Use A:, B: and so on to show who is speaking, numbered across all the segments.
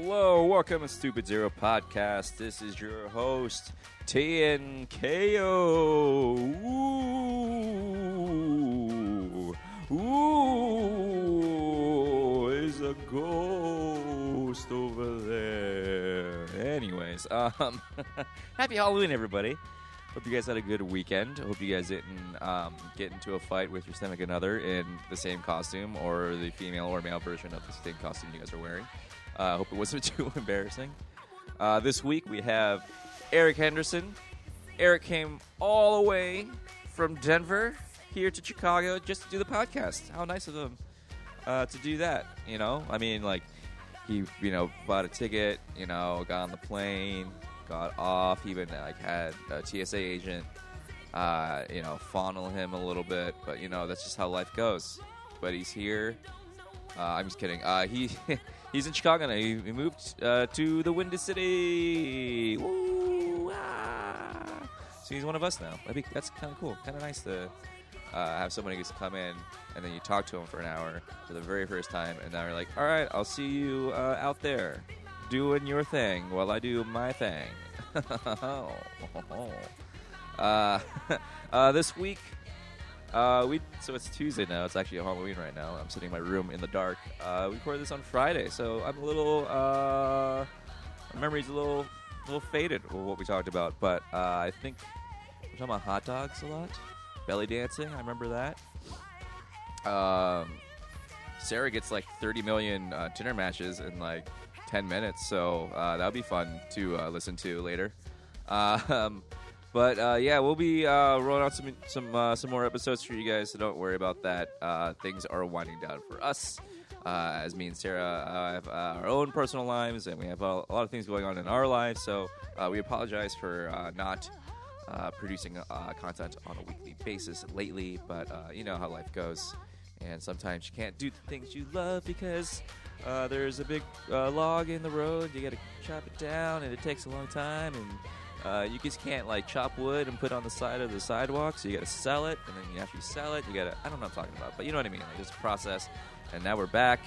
A: welcome to Stupid Zero Podcast. This is your host, TNKO. Ooh, ooh, is a ghost over there. Anyways, um, happy Halloween, everybody. Hope you guys had a good weekend. Hope you guys didn't um, get into a fight with your significant other in the same costume or the female or male version of the same costume you guys are wearing. Uh, hope it wasn't too embarrassing. Uh, this week we have Eric Henderson. Eric came all the way from Denver here to Chicago just to do the podcast. How nice of him uh, to do that, you know? I mean, like, he, you know, bought a ticket, you know, got on the plane, got off, even, like, had a TSA agent, uh, you know, fondle him a little bit. But, you know, that's just how life goes. But he's here. Uh, I'm just kidding. Uh, he he's in Chicago now. He, he moved uh, to the Windy City. Woo, ah. So he's one of us now. I think that's kind of cool. Kind of nice to uh, have somebody just come in and then you talk to him for an hour for the very first time, and now you're like, all right, I'll see you uh, out there doing your thing while I do my thing. Oh. uh, uh, this week. Uh, we so it's Tuesday now. It's actually Halloween right now. I'm sitting in my room in the dark. Uh, we recorded this on Friday, so I'm a little uh, my memory's a little little faded with what we talked about. But uh, I think we're talking about hot dogs a lot, belly dancing. I remember that. Um, Sarah gets like 30 million uh, Tinder matches in like 10 minutes, so uh, that'll be fun to uh, listen to later. Uh, um, but uh, yeah, we'll be uh, rolling out some some uh, some more episodes for you guys, so don't worry about that. Uh, things are winding down for us, uh, as me and Sarah uh, have uh, our own personal lives, and we have a, a lot of things going on in our lives. So uh, we apologize for uh, not uh, producing uh, content on a weekly basis lately, but uh, you know how life goes. And sometimes you can't do the things you love because uh, there's a big uh, log in the road. You got to chop it down, and it takes a long time. And uh, you just can't like chop wood and put it on the side of the sidewalk. So you got to sell it, and then you- after you sell it, you got to—I don't know what I'm talking about, but you know what I mean. Like, there's a process. And now we're back.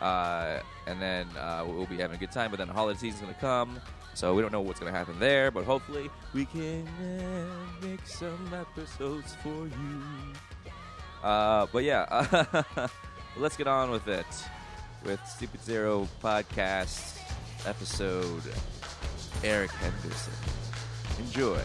A: Uh, and then uh, we'll be having a good time. But then the holiday season's going to come, so we don't know what's going to happen there. But hopefully, we can uh, make some episodes for you. Uh, but yeah, let's get on with it with Stupid Zero podcast episode. Eric Henderson, enjoy.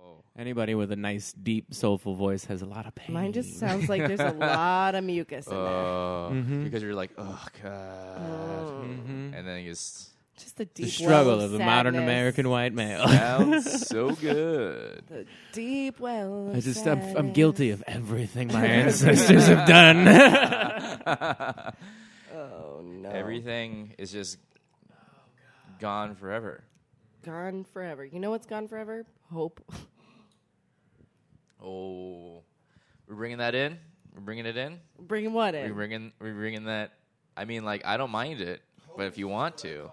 A: Oh,
B: Anybody with a nice, deep, soulful voice has a lot of pain.
C: Mine just sounds like there's a lot of mucus in there.
A: uh, because you're like, oh god, Mm-hmm. and then you just.
C: Just the deep
B: the struggle
C: well
B: of the modern
C: sadness.
B: American white male.
A: Sounds so good.
C: The deep well. of
B: I just, I'm, I'm
C: sadness.
B: guilty of everything my ancestors have done.
C: Oh
B: Um,
C: no.
A: Everything is just gone forever.
C: gone forever. You know what's gone forever? Hope.
A: Oh, we're bringing that in. We're bringing it in.
C: Bring what
A: We're
C: in?
A: bringing. We're bringing that. I mean, like I don't mind it, but if you want to,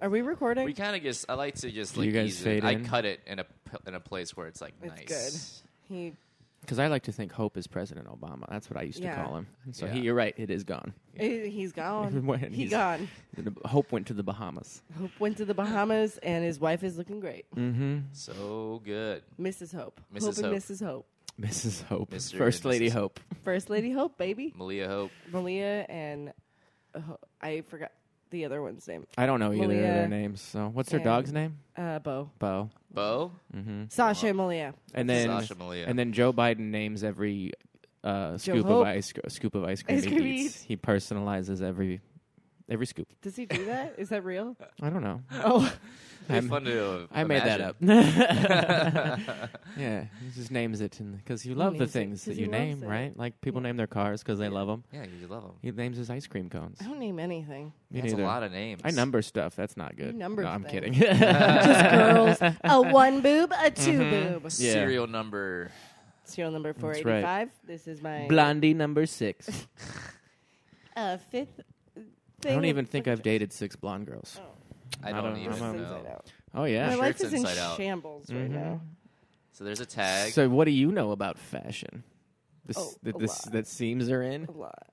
C: Are we recording?
A: we kind of just. I like to just
B: Do
A: like
B: you guys
A: ease it.
B: fade
A: I
B: in?
A: cut it in a p- in a place where it's like
C: it's
A: nice.
C: good. He.
B: Because I like to think hope is President Obama. That's what I used
C: Yeah.
B: to call him. So
A: Yeah.
B: he, you're right, it is gone.
C: he- He's gone.
B: When
C: he
B: he's-
C: gone.
B: The- Hope went to the Bahamas.
C: Hope went to the Bahamas, and his wife is looking great.
B: Mm. Mm-hmm.
A: So good.
C: Mrs. Hope.
A: Mrs. Hope.
C: Hope and Mrs. Hope.
B: Mrs. Hope.
A: Mr.
B: First
A: and
B: Lady
A: Mrs..
B: Hope.
C: First Lady Hope, baby.
A: Malia Hope.
C: Mm. Malia and uh, Ho- I forgot the other one's name.
B: I don't know either of
C: Malia
B: their names. So what's their
C: and-
B: dog's name?
C: Uh, Bo.
B: Bo.
A: Bo.
C: Sasha and Malia.
B: And then
A: Sasha Malia.
B: And then Joe Biden names every uh, scoop
C: Hope.
B: of ice scoop of ice cream
C: Ice
B: he
C: cream he
B: eats.
C: eats.
B: He personalizes every every scoop.
C: Does he do that? Is that real?
B: I don't know.
C: Oh,
A: It'd be
B: I'm-
A: fun to.
B: I made that
A: imagine.
B: up. yeah, he just names it because you
C: He
B: love the
C: names it
B: things
C: 'cause
B: that
C: he
B: you
C: loves
B: name,
C: it.
B: right? Like people name their cars because they love 'em. love them.
A: Yeah, you love them.
B: He names his ice cream cones.
C: I don't name anything.
B: Me
A: That's
B: neither.
A: a lot of names.
B: I number stuff. That's not good.
C: You number
B: no, I'm
C: things.
B: kidding.
C: Just girls. A one boob, a 2 boob.
B: Mm-hmm. Yeah.
A: serial number.
C: Serial number four
B: right.
C: eighty five. This is my
B: Blondie number six.
C: uh, fifth. Thing Oh.
B: I don't
C: of-
B: even think I've dated six blonde girls.
A: I
B: I
A: don't,
B: don't-
A: even
B: I'm a-
C: Things I
A: know.
C: know.
B: Oh yeah.
C: My
A: Sure,
C: life
A: it's
C: is in
A: inside out.
C: shambles
B: Mm-hmm.
C: right now.
A: So there's a tag.
B: So, what do you know about fashion? This,
C: Oh,
B: that,
C: a
B: this,
C: lot. Oh,
B: that seams are in.
C: A lot.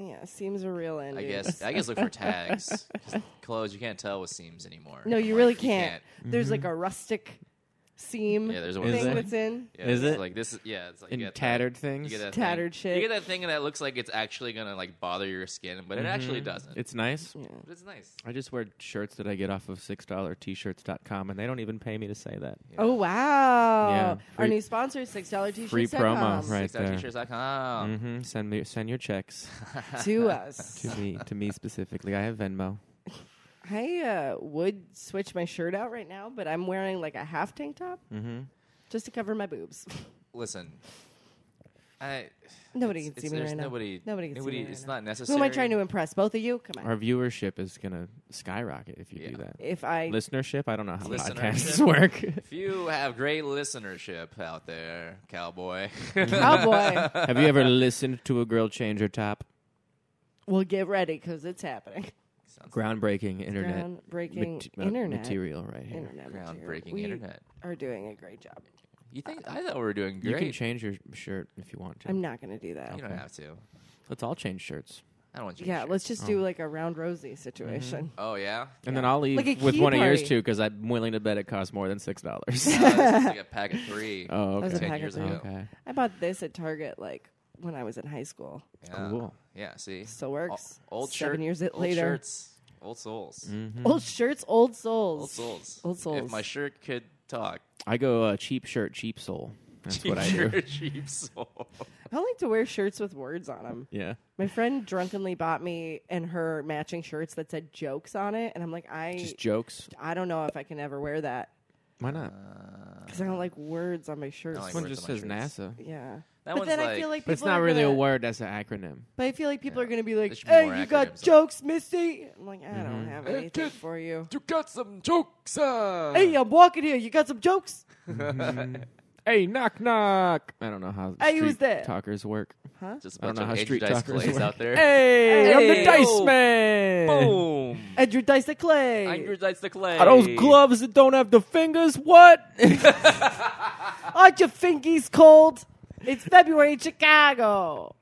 C: Yeah, seems a real end.
A: I
C: dude.
A: guess I guess look for tags. 'Cause clothes you can't tell with seams anymore.
C: No, you
A: Like,
C: really can't. There's
B: Mm-hmm.
C: like a rustic seam
A: Yeah, there's one
C: thing
B: there.
C: that's in.
A: Yeah,
B: Is
A: it's
B: it?
A: like this? Is, yeah, it's like
B: in
A: you get that-
B: tattered things.
A: you get that thing-
C: Tattered shit.
A: You get that thing that looks like it's actually gonna like bother your skin, but it actually doesn't.
B: Mm-hmm. It's nice.
C: Yeah.
A: but it's nice.
B: I just wear shirts that I get off of six dollar t shirts.com and they don't even pay me to say that.
C: Oh wow!
B: Yeah,
C: Our
B: free-
C: new sponsor, six dollar t-shirts.
B: free promo, right.
A: Six dollar
B: there.
A: t-shirts.com.
B: Mm-hmm. Send me send your checks
C: To us,
B: to me to me specifically. I have Venmo.
C: I uh, would switch my shirt out right now, but I'm wearing like a half tank top
B: Mm-hmm.
C: just to cover my boobs.
A: Listen, I
C: nobody
A: it's-
C: can see
A: it's-
C: me
A: there's
C: right
A: nobody,
C: now. Nobody can
A: nobody.
C: see me.
A: it's
C: right
A: not
C: now.
A: necessary.
C: Who am I trying to impress? Both of you? Come on.
B: Our viewership is gonna skyrocket if you
A: Yeah.
B: do that.
C: if I
B: Listenership, I don't know how
A: Listenership.
B: podcasts work.
A: If you have great listenership out there, cowboy.
C: oh, cowboy,
B: have you ever listened to a girl change her top?
C: well, get ready because it's happening.
A: Sounds
B: Groundbreaking internet
C: Groundbreaking
B: mate- uh,
C: internet.
B: material right here.
C: Internet. material.
A: groundbreaking
C: We
A: internet.
C: are doing a great job.
A: You think I thought we were doing
B: You
A: great.
B: can change your shirt if you want to.
C: I'm not going to do that.
A: You don't have to.
B: Let's all change shirts.
A: I don't want you. to
C: Yeah,
A: share.
C: let's just
B: Oh.
C: do like a round rosy situation.
A: Oh yeah.
B: And then I'll leave
C: Like a
B: with
C: key
B: one of yours
C: party.
B: too, because I'm willing to bet it costs more than six dollars.
A: Uh, this is like a pack of three.
B: oh,
C: That was a
B: okay.
A: Ten
C: pack of
A: years
C: three.
A: ago.
B: Okay.
C: I bought this at Target like when I was in high school.
A: Yeah.
B: Cool.
A: Yeah. See.
C: Still works.
A: O- old
C: Seven
A: shirt-
C: years it-
A: old
C: later.
A: Shirts. Old souls.
B: Mm-hmm.
C: Old shirts, old souls.
A: Old souls.
C: Old souls.
A: If my shirt could talk.
B: I go uh, cheap shirt, cheap soul. That's what I do.
A: Shirt, cheap soul.
C: I don't like to wear shirts with words on them.
B: Yeah.
C: My friend drunkenly bought me and her matching shirts that said jokes on it, and I'm like, I,
B: Just jokes.
C: I don't know if I can ever wear that
B: Why not?
C: because I don't like words on my shirts.
A: like
B: this one
A: Uh, words
B: just
A: on
B: says
A: my shirts.
B: NASA.
C: yeah,
A: That
C: but
A: one's
C: then I
A: like-
C: feel like
B: But it's
C: people
B: not
C: are
B: really a
C: gonna-
B: word, that's an acronym.
C: But I feel like people are going to be like,
A: should be more
C: "Hey, you
A: acronyms on
C: got
A: it.
C: jokes, Misty." I'm like, I don't have anything
A: Dude.
C: for you.
A: You got some jokes. Uh.
C: Hey, I'm walking here. You got some jokes?
B: Hey, knock knock. I don't know how
C: Hey, who's
B: street
C: there?
B: talks work.
A: Just a
B: I don't
A: bunch
B: know
A: of
B: how
A: Andrew
B: street
A: dice
B: talkers
A: plays
B: work.
A: out there.
B: Hey,
C: I'm the Hey. Oh.
A: Dice
B: man.
A: Boom.
C: Andrew Dice the Clay.
A: Andrew dice the clay.
B: Are those gloves that don't have the fingers? What?
C: Aren't your fingies cold? It's February in Chicago.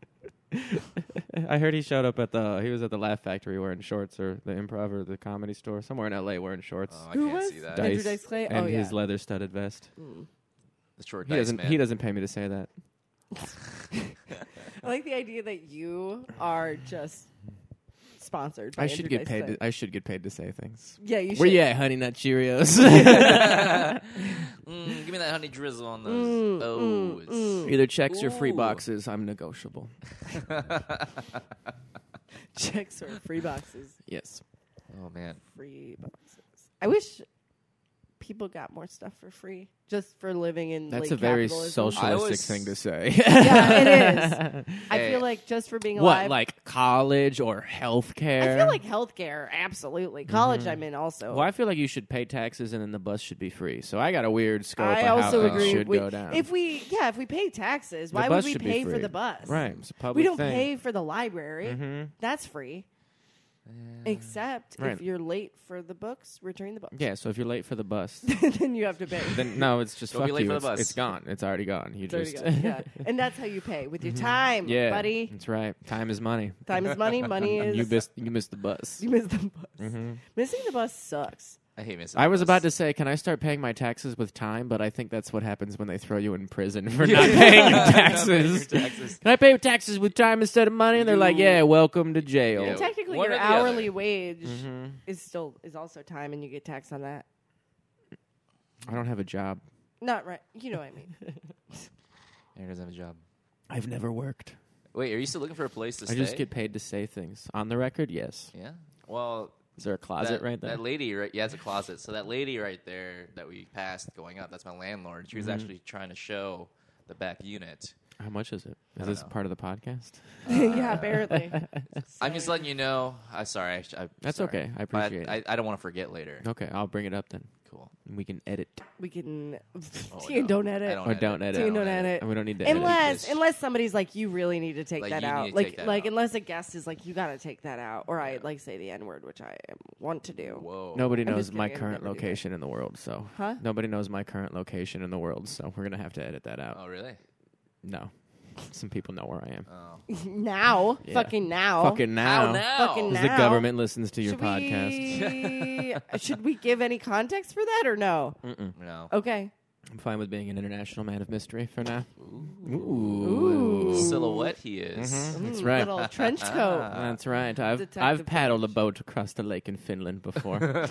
B: I heard he showed up at the he was at the Laugh Factory wearing shorts or the improv or the comedy store somewhere in LA wearing shorts.
A: Oh, I
C: Who
A: can't
C: was?
A: see that.
C: Dice. Andrew Clay?
B: and
C: Oh,
B: his
C: yeah.
B: leather studded vest.
A: The short
B: He
A: dice
B: doesn't
A: man.
B: he doesn't pay me to say that.
C: I like the idea that you are just sponsored. By
B: I should
C: Andrew
B: get
C: Dice
B: paid
C: Clay.
B: to, I should get paid to say things.
C: yeah, you should.
B: Where you at, honey nut Cheerios?
A: Mm, give me that honey drizzle on
C: Mm,
A: those O's.
B: Either checks or free
A: Ooh.
B: boxes, I'm negotiable.
C: Checks or free boxes.
B: Yes.
A: Oh man.
C: Free boxes. I wish people got more stuff for free just for living in.
B: That's
C: like,
B: a very
C: capitalism.
A: I
B: socialistic
A: was-
B: thing to say.
C: Yeah, it is. I
A: Hey.
C: feel like just for being alive.
B: what, like college or healthcare?
C: I feel like healthcare, absolutely.
B: Mm-hmm.
C: College, I'm in also.
B: Well, I feel like you should pay taxes and then the bus should be free. So I got a weird scope
C: I
B: of
C: also
B: how things
C: agree.
B: should
C: We-
B: go down.
C: If we, yeah, if we pay taxes, why would
B: bus
C: we
B: should be
C: pay for
B: free.
C: the bus?
B: right. It's a public
C: We don't
B: thing. Mm-hmm.
C: pay for the library. That's free. Except
B: Right.
C: if you're late for the books, return the books.
B: Yeah, so if you're late for the bus,
C: then you have to pay.
B: then no, it's just
A: Don't
B: fuck
A: be late
B: you.
A: for the
B: It's-
A: bus.
B: it's gone. It's already gone. You
C: There you
B: just
C: go. Yeah. And that's how you pay with your
A: Mm-hmm.
C: time,
B: yeah,
C: buddy.
B: That's right. Time is money.
C: Time is money. Money is
B: You missed you missed the bus.
C: You miss the bus.
A: Mm-hmm.
C: Missing the bus sucks.
A: I hate missing.
B: I
A: the
B: was
A: bus.
B: about to say, can I start paying my taxes with time? But I think that's what happens when they throw you in prison for not paying your taxes.
A: Your taxes.
B: Can I pay taxes with time instead of money? And they're like,
A: You-
B: yeah, welcome to jail.
A: Yeah.
C: Technically,
A: One
C: your
A: or the other. Mm-hmm.
C: hourly wage is still is also time, and you get taxed on that.
B: I don't have a job.
C: Not right. You know what I mean.
A: Aaron doesn't have a job.
B: I've never worked.
A: Wait, are you still looking for a place to
B: I
A: stay?
B: just get paid to say things. On the record, yes.
A: Yeah. Well,
B: Is there a closet
A: that,
B: right there?
A: That lady, right? Yeah, it's a closet. So that lady right there that we passed going up, that's my landlord.
B: Mm-hmm.
A: She was actually trying to show the back unit.
B: How much is it? Is
A: don't
B: this
A: know.
B: part of the podcast?
C: yeah, apparently.
A: I'm just letting you know. I'm sorry. I, sh- I,
B: That's
A: sorry.
B: okay. I
A: But
B: appreciate
A: I,
B: it.
A: I don't want to forget later.
B: Okay, I'll bring it up then.
A: Cool.
B: And we can edit.
C: We can.
A: Oh,
C: T and
A: no.
C: don't
A: I
C: edit.
B: Or don't edit.
C: T and don't edit.
B: And we don't need to edit.
C: Eh, Unless
A: this.
C: unless somebody's like, you really need to take
A: Like,
C: that
A: you need
C: out.
A: to
C: Like
A: take that
C: like
A: out.
C: unless a guest is like, you gotta take that out, or I like say the n word, which I am, want to do.
A: Whoa.
B: Nobody
C: just
B: knows my
C: kidding, I would
B: current
C: never do that.
B: location in the world, so.
C: Huh?
B: Nobody knows my current location in the world, so we're going to have to edit that out.
A: Oh, really?
B: No. Some people know where I am.
A: Oh.
C: now,
B: Yeah.
C: fucking now,
B: Fucking now.
A: How now?
C: Fucking
B: Because
C: Oh. now.
B: the government listens to your
C: should
B: podcast. Mm.
C: We, should we give any context for that or no?
B: Mm-mm.
A: No.
C: Okay.
B: I'm fine with being an international man of mystery for now. Ooh.
C: Ooh.
A: Silhouette he is.
B: Mhm. That's
C: Mm,
B: right. Uh-huh.
C: Little trench coat.
B: That's right. I've I've
C: Detective
B: paddled a boat across the lake in Finland before.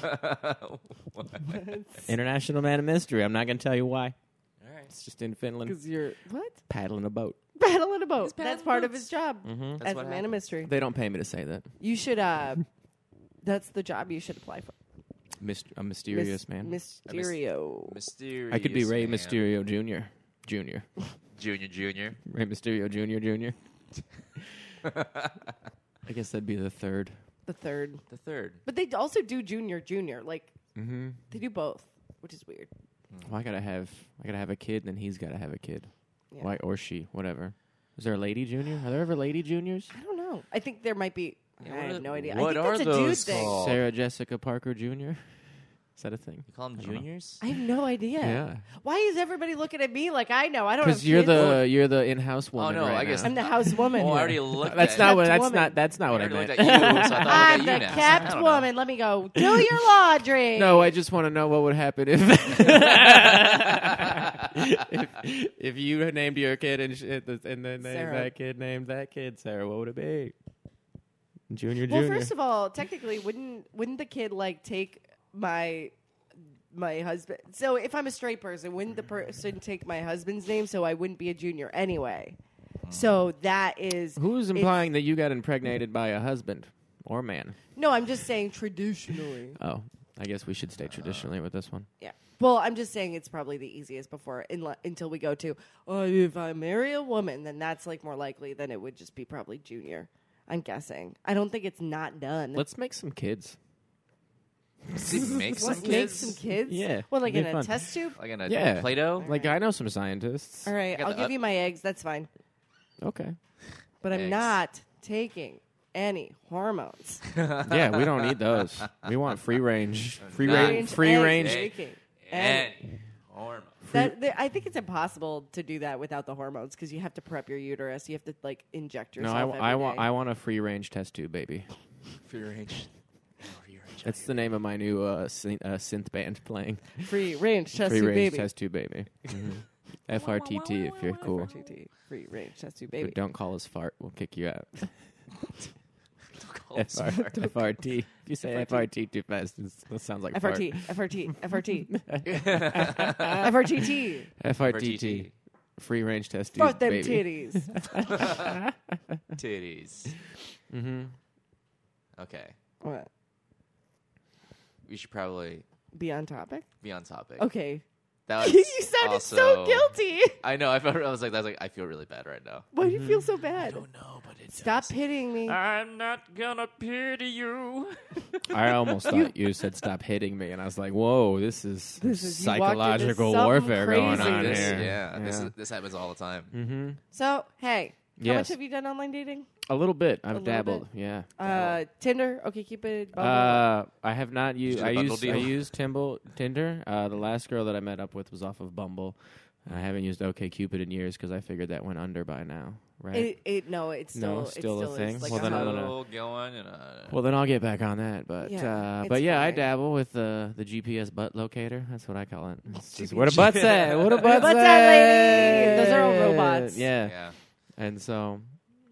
B: international man of mystery. I'm not going to tell you why. It's just in Finland,
C: Because you're what?
B: paddling a boat.
C: Paddling a boat.
A: paddling
C: That's part of
A: boats.
C: his job
B: Mm-hmm.
A: That's
C: as a
A: what
C: man
A: happens.
C: of mystery.
B: They don't pay me to say that.
C: You should. uh That's the job you should apply for.
B: Myst- a mysterious
C: Mys-
B: man.
C: Mysterio.
A: Mysterious.
B: I could be Ray
A: man.
B: Mysterio Jr. Junior.
A: Junior, junior.
B: Ray Mysterio Jr. Jr. I guess that'd be the third.
C: the third.
A: The third.
C: But they also do junior, junior. Like
B: Mm-hmm.
C: they do both, which is weird.
B: Well, I gotta have I gotta have a kid, then he's gotta have a kid.
C: Yeah.
B: Why or she, whatever. Is there a lady junior? Are there ever lady juniors?
C: I don't know. I think there might be.
A: Yeah,
C: I
A: what
C: have
A: are-
C: no idea.
A: what
C: I think
A: are
C: that's a dude
A: those
C: thing.
A: called? Oh.
B: Sarah Jessica Parker Jr. Is that a thing?
A: You call them
B: don't know.
A: juniors?
C: I have no idea.
B: Yeah.
C: Why is everybody looking at me like I know? I don't. have
B: Because you're
C: kids.
B: the you're the in-house woman.
A: Oh, no,
B: right
A: I guess-
B: now.
C: I'm the house woman.
A: Oh, I already looked
B: That's
A: at
B: not what.
C: Kept
B: That's
C: woman.
B: not. That's not
A: I
B: what I
A: already
B: meant.
A: looked at you, so I thought I
C: I'm
A: looked
C: the
A: at you next. I
C: kept
A: don't know.
C: woman. Let me go. Do your laundry.
B: No, I just want to know what would happen if if, if you named your kid and, sh- and then named
C: Sarah.
B: that kid named that kid Sarah. What would it be? Junior,
C: Well,
B: junior.
C: first of all, technically, wouldn't wouldn't the kid like take my my husband? So if I'm a straight person, wouldn't the person take my husband's name so I wouldn't be a junior anyway? So that is
B: Who's
C: it's-
B: implying that you got impregnated by a husband or man?
C: No, I'm just saying traditionally.
B: Oh, I guess we should stay traditionally with this one.
C: Yeah. Well, I'm just saying it's probably the easiest before unle- until we go to oh, if I marry a woman, then that's like more likely than it would just be probably junior. I'm guessing. I don't think it's not done.
B: Let's make some kids.
A: Make some
C: Let's make
A: kids?
C: some kids.
B: Yeah,
C: Well, like
B: be
C: in a
B: fun.
C: test tube.
A: Like in a
B: Yeah.
A: Play-Doh?
B: Like I know some scientists.
C: All right,
A: got
C: I'll
A: the
C: give
A: up-
C: you my eggs. That's fine.
B: Okay.
C: But I'm
A: Eggs.
C: not taking any hormones.
B: yeah, we don't need those. We want free range. Free
A: Not-
B: range. Free
C: eggs
B: range.
C: taking
A: and
C: any.
A: hormone.
C: That, there- I think it's impossible to do that without the hormones because you have to prep your uterus. You have to like inject
B: No,
C: yourself.
B: I,
C: every
B: I want
C: day.
B: I want a free range test tube baby.
A: Free range.
B: That's the name of my new uh, synth, uh, synth band playing.
C: free range chest
B: Free
C: tube
B: range
C: baby.
B: test tube baby.
A: Mm-hmm.
B: FRTT if you're cool.
C: FRTT. Free range chest tube
B: But
C: baby.
B: don't call us fart. We'll kick you out.
A: Call us
B: FR,
A: fart.
B: FRT. If you say FRT too fast, it's, that sounds like fart.
C: FRT, FRT, FRT, FRTT.
B: FRTT. Free range test tube
C: Fuck them
B: baby.
C: titties.
A: Titties.
B: Mm-hmm.
A: Okay.
C: What?
A: We should probably
C: Be on topic.
A: be on topic.
C: Okay.
A: That
C: you
A: was
C: sounded so
A: also-
C: guilty.
A: I know. I, felt, I was like, that's like, I feel really bad right now.
C: Why do you feel
B: Mm-hmm.
C: so bad?
A: know, but it's.
C: Stop hitting me.
B: Ah.
A: I'm not gonna pity you.
B: I almost thought you said stop hitting me, and I was like, "Whoa, this is
C: This is- you walked into
B: psychological
C: something
B: warfare going
C: crazy.
B: on
A: this,
B: here."
A: Yeah, This, is, this happens all the time.
B: mm-hmm.
C: So, hey, how
B: Yes.
C: much have you done online dating?
B: A little bit. I've
C: little
B: dabbled. Yeah.
C: Uh, Tinder, OkCupid, Bumble.
B: Uh, I have not used.
A: you do
B: I
A: the bundle
B: used. I
A: deal?
B: used Timble, Tinder. Uh, the last girl that I met up with was off of Bumble. I haven't used OKCupid in years because I figured that went under by now, right?
C: it, it, no, it's still,
B: No,
C: it
B: still a
C: still is,
B: thing?
C: Like
B: Well,
C: a
B: then I
C: hub.
B: don't know.
A: Still going and, uh,
B: well, then I'll get back on that. But
C: Yeah,
B: uh,
C: it's
B: but yeah, I
C: fine.
B: dabble with the the GPS butt locator. That's what I call it. It's just,
C: GP.
B: what a butt's at. What a butt's,
C: butt's at, lady. Those are all robots.
B: Yeah.
A: yeah.
B: And so,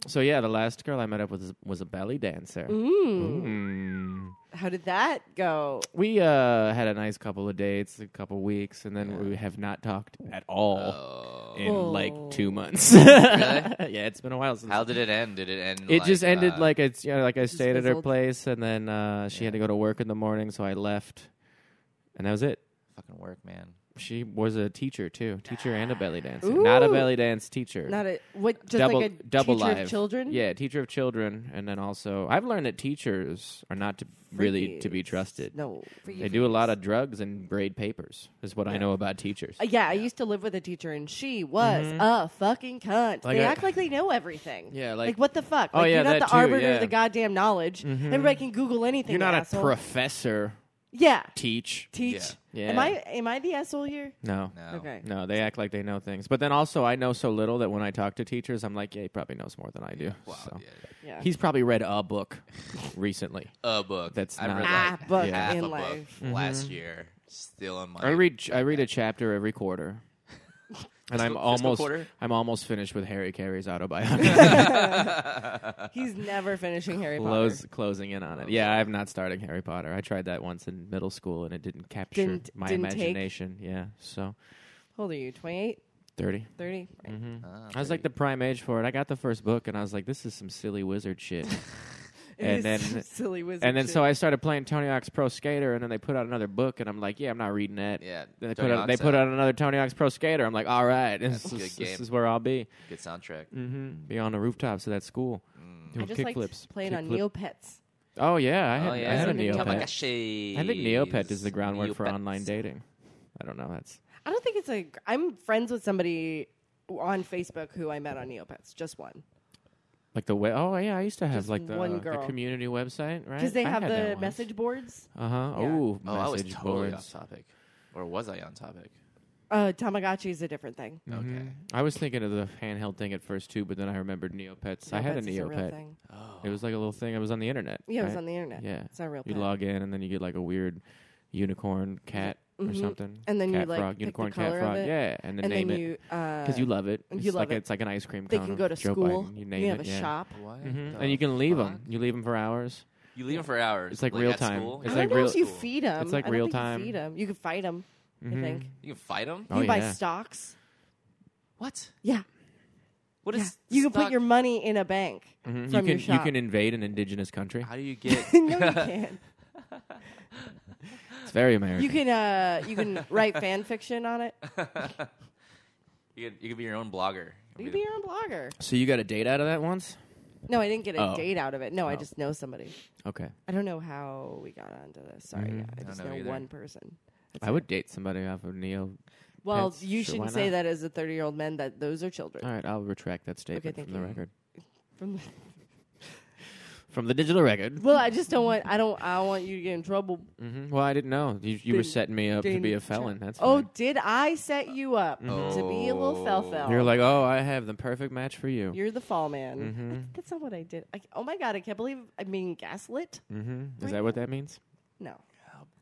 B: so yeah, the last girl I met up with is- was a belly dancer.
C: Mm.
B: Mm.
C: How did that go?
B: We uh, had a nice couple of dates, a couple weeks, and then we have not talked at all
A: Oh.
B: in
C: Oh.
B: like two months. yeah, it's been a while since.
A: How did it end? Did it end?
B: it
A: like,
B: just ended
A: uh,
B: like it's you know, like I stayed at her
C: fizzled.
B: place, and then uh, she had to go to work in the morning, so I left, and that was it.
A: fucking work, man.
B: She was a teacher too, teacher and a belly dancer, not a
C: Ooh.
B: belly dance teacher.
C: Not a what? Just
B: double
C: like a
B: double
C: teacher of
B: live.
C: children.
B: Yeah, teacher of children, and then also I've learned that teachers are not to really to be
C: Freakies.
B: trusted.
C: No, freaky
B: They do a
C: freaks.
B: lot of drugs and grade papers, is what I know about teachers.
C: Uh, yeah, I used to live with a teacher, and she was a fucking cunt.
B: Mm-hmm. Like
C: they
B: I-
C: act like they know everything.
B: Yeah, like-
C: what the fuck?
B: Oh,
C: like,
B: yeah,
C: you're not
B: that
C: the
B: too,
C: arbiter
B: yeah.
C: of the goddamn knowledge. Everybody can Google anything.
B: You're not a
C: asshole.
B: professor
C: Yeah.
B: teach.
C: Teach.
B: Yeah.
C: Am I am I the asshole here?
B: No.
A: No.
C: Okay.
B: No, they act like they know things. But then also, I know so little that when I talk to teachers, I'm like, yeah, he probably knows more than I do.
A: Wow.
B: So.
A: Yeah.
C: Yeah.
B: He's probably read a book recently.
A: A book.
B: That's
A: I
B: not-
A: read
C: Ah,
A: like
C: book
A: half
C: in
A: a book
C: life.
A: last year. Still on my.
B: Mm-hmm. I read I read a chapter every quarter. And
A: Fiscal-
B: I'm
A: fiscal
B: almost
A: quarter?
B: I'm almost finished with Harry Carey's autobiography.
C: He's never finishing Harry Potter.
B: Close, closing in on it. Yeah, I'm not starting Harry Potter. I tried that once in middle school and it didn't capture
C: Didn't-
B: my
C: didn't take?
B: imagination. Yeah, so
C: How old are you? 28?
B: 30.
C: 30?
A: Ah,
B: I was like the prime age for it. I got the first book and I was like, this is some silly wizard shit.
C: It
B: And
C: is
B: then-
C: some silly wizard.
B: and then
C: shit.
B: so I started playing Tony Hawk's Pro Skater and then they put out another book and I'm like, yeah, I'm not reading that.
A: Yeah,
B: Then they
A: Tony
B: put out, they
A: Hawk's
B: put
A: out.
B: out another Tony Hawk's Pro Skater. I'm like, all right, this,
A: That's a
B: is,
A: good
B: this
A: game.
B: is where I'll be.
A: good soundtrack.
B: Mm-hmm. Be on the rooftops of that school
C: I
A: Mm.
B: doing
C: just like
B: kickflips.
C: playing on
B: Kickflip-
C: Neopets.
B: Oh yeah, I had,
A: oh yeah,
B: I had a
C: Something
B: Neopet.
C: come like
B: I
C: a
B: think Neopet is the groundwork for online
A: dating.
B: dating. I don't know. That's
C: I don't think it's a. I'm friends with somebody on Facebook who I met on Neopets. Just one.
B: like the way. Oh yeah, I used to have
C: Just
B: like the,
C: one
B: the
C: girl.
B: community website, right?
C: Because they have the message boards.
B: Uh huh.
C: Yeah.
B: Oh,
A: Oh, I was
B: message
A: totally
B: boards.
A: off topic, or was I on topic?
C: Uh, Tamagotchi is a different thing.
A: Okay.
B: Mm-hmm. I was thinking of the handheld thing at first too, but then I remembered Neopets. I had a
C: Neopets is real
B: Neopet.
C: thing.
A: Oh,
B: It was like a little thing. It was on the internet.
C: Yeah, it was
B: right?
C: on the internet.
B: Yeah,
C: It's not a real
B: You
C: pet.
B: log in and then you get like a weird unicorn cat or
C: Mhm.
B: something.
C: And then you,
B: cat
C: like,
B: frog,
C: pick the
B: unicorn
C: color
B: cat
C: of
B: frog.
C: it.
B: Yeah, and then
C: and
B: name
C: then
B: it.
C: you. Because
B: because you love it.
C: you
B: It's
C: love
B: like
C: it.
B: It's like an ice cream.
C: They
B: cone
C: can
B: of
C: go to
B: Joe
C: school.
B: Biden. You
C: You,
B: name
C: have
B: it,
C: a
B: yeah.
C: shop.
A: what?
B: Mhm.
A: the
B: And you can leave them.
A: fuck?
B: You leave them for hours.
A: You leave them for hours.
B: It's like real
A: at
B: time.
A: school?
B: It's
C: I
B: like
C: don't know
B: real-
C: if you feed them.
B: it's like real time.
C: You, feed 'em. you can fight them.
B: Mm-hmm.
C: I think
A: You can fight them.
B: Oh,
C: you buy
B: yeah.
C: stocks.
A: What?
C: Yeah,
A: What
C: yeah.
A: is?
C: You can
A: stock-
C: put your money in a bank
B: Mhm. you
C: from your
B: can you
C: shop.
B: can invade an indigenous country.
A: How do you get?
C: no, you can't.
B: It's very American.
C: You can uh, you can write fan fiction on it.
A: You could, you could be your own blogger.
C: You can be your own blogger.
B: so you got a date out of that once?
C: No, I didn't get a
B: Oh.
C: date out of it. No, I
B: Oh.
C: just know somebody.
B: Okay,
C: I don't know how we got onto this. Sorry,
B: Mm-hmm.
C: yeah, I just
A: know
C: know
A: either.
C: one person.
B: I would date somebody off of Neo.
C: Well,
B: Pets,
C: you
B: sure, why
C: shouldn't say
B: not? Uh.
C: that as a thirty-year-old man. That those are children.
B: All right, I'll retract that statement
C: thank
B: from the
C: you.
B: record.
C: From the-
B: From the digital record.
C: well, I just don't want. I don't. I don't want you to get in trouble.
B: hmm Well, I didn't know you, you were
C: Mm-hmm. Didn't-
B: setting me up to be a
C: didn't-
B: felon. That's
C: Oh,
B: fine.
C: did I set you up to be a little fell fell?
B: you're like, Mm-hmm. oh, I have the perfect match for you.
C: You're the fall man. I- That's not what I did. I, oh my god, I can't believe I'm being gaslit.
B: hmm Is
C: Right.
B: that what that means?
C: No,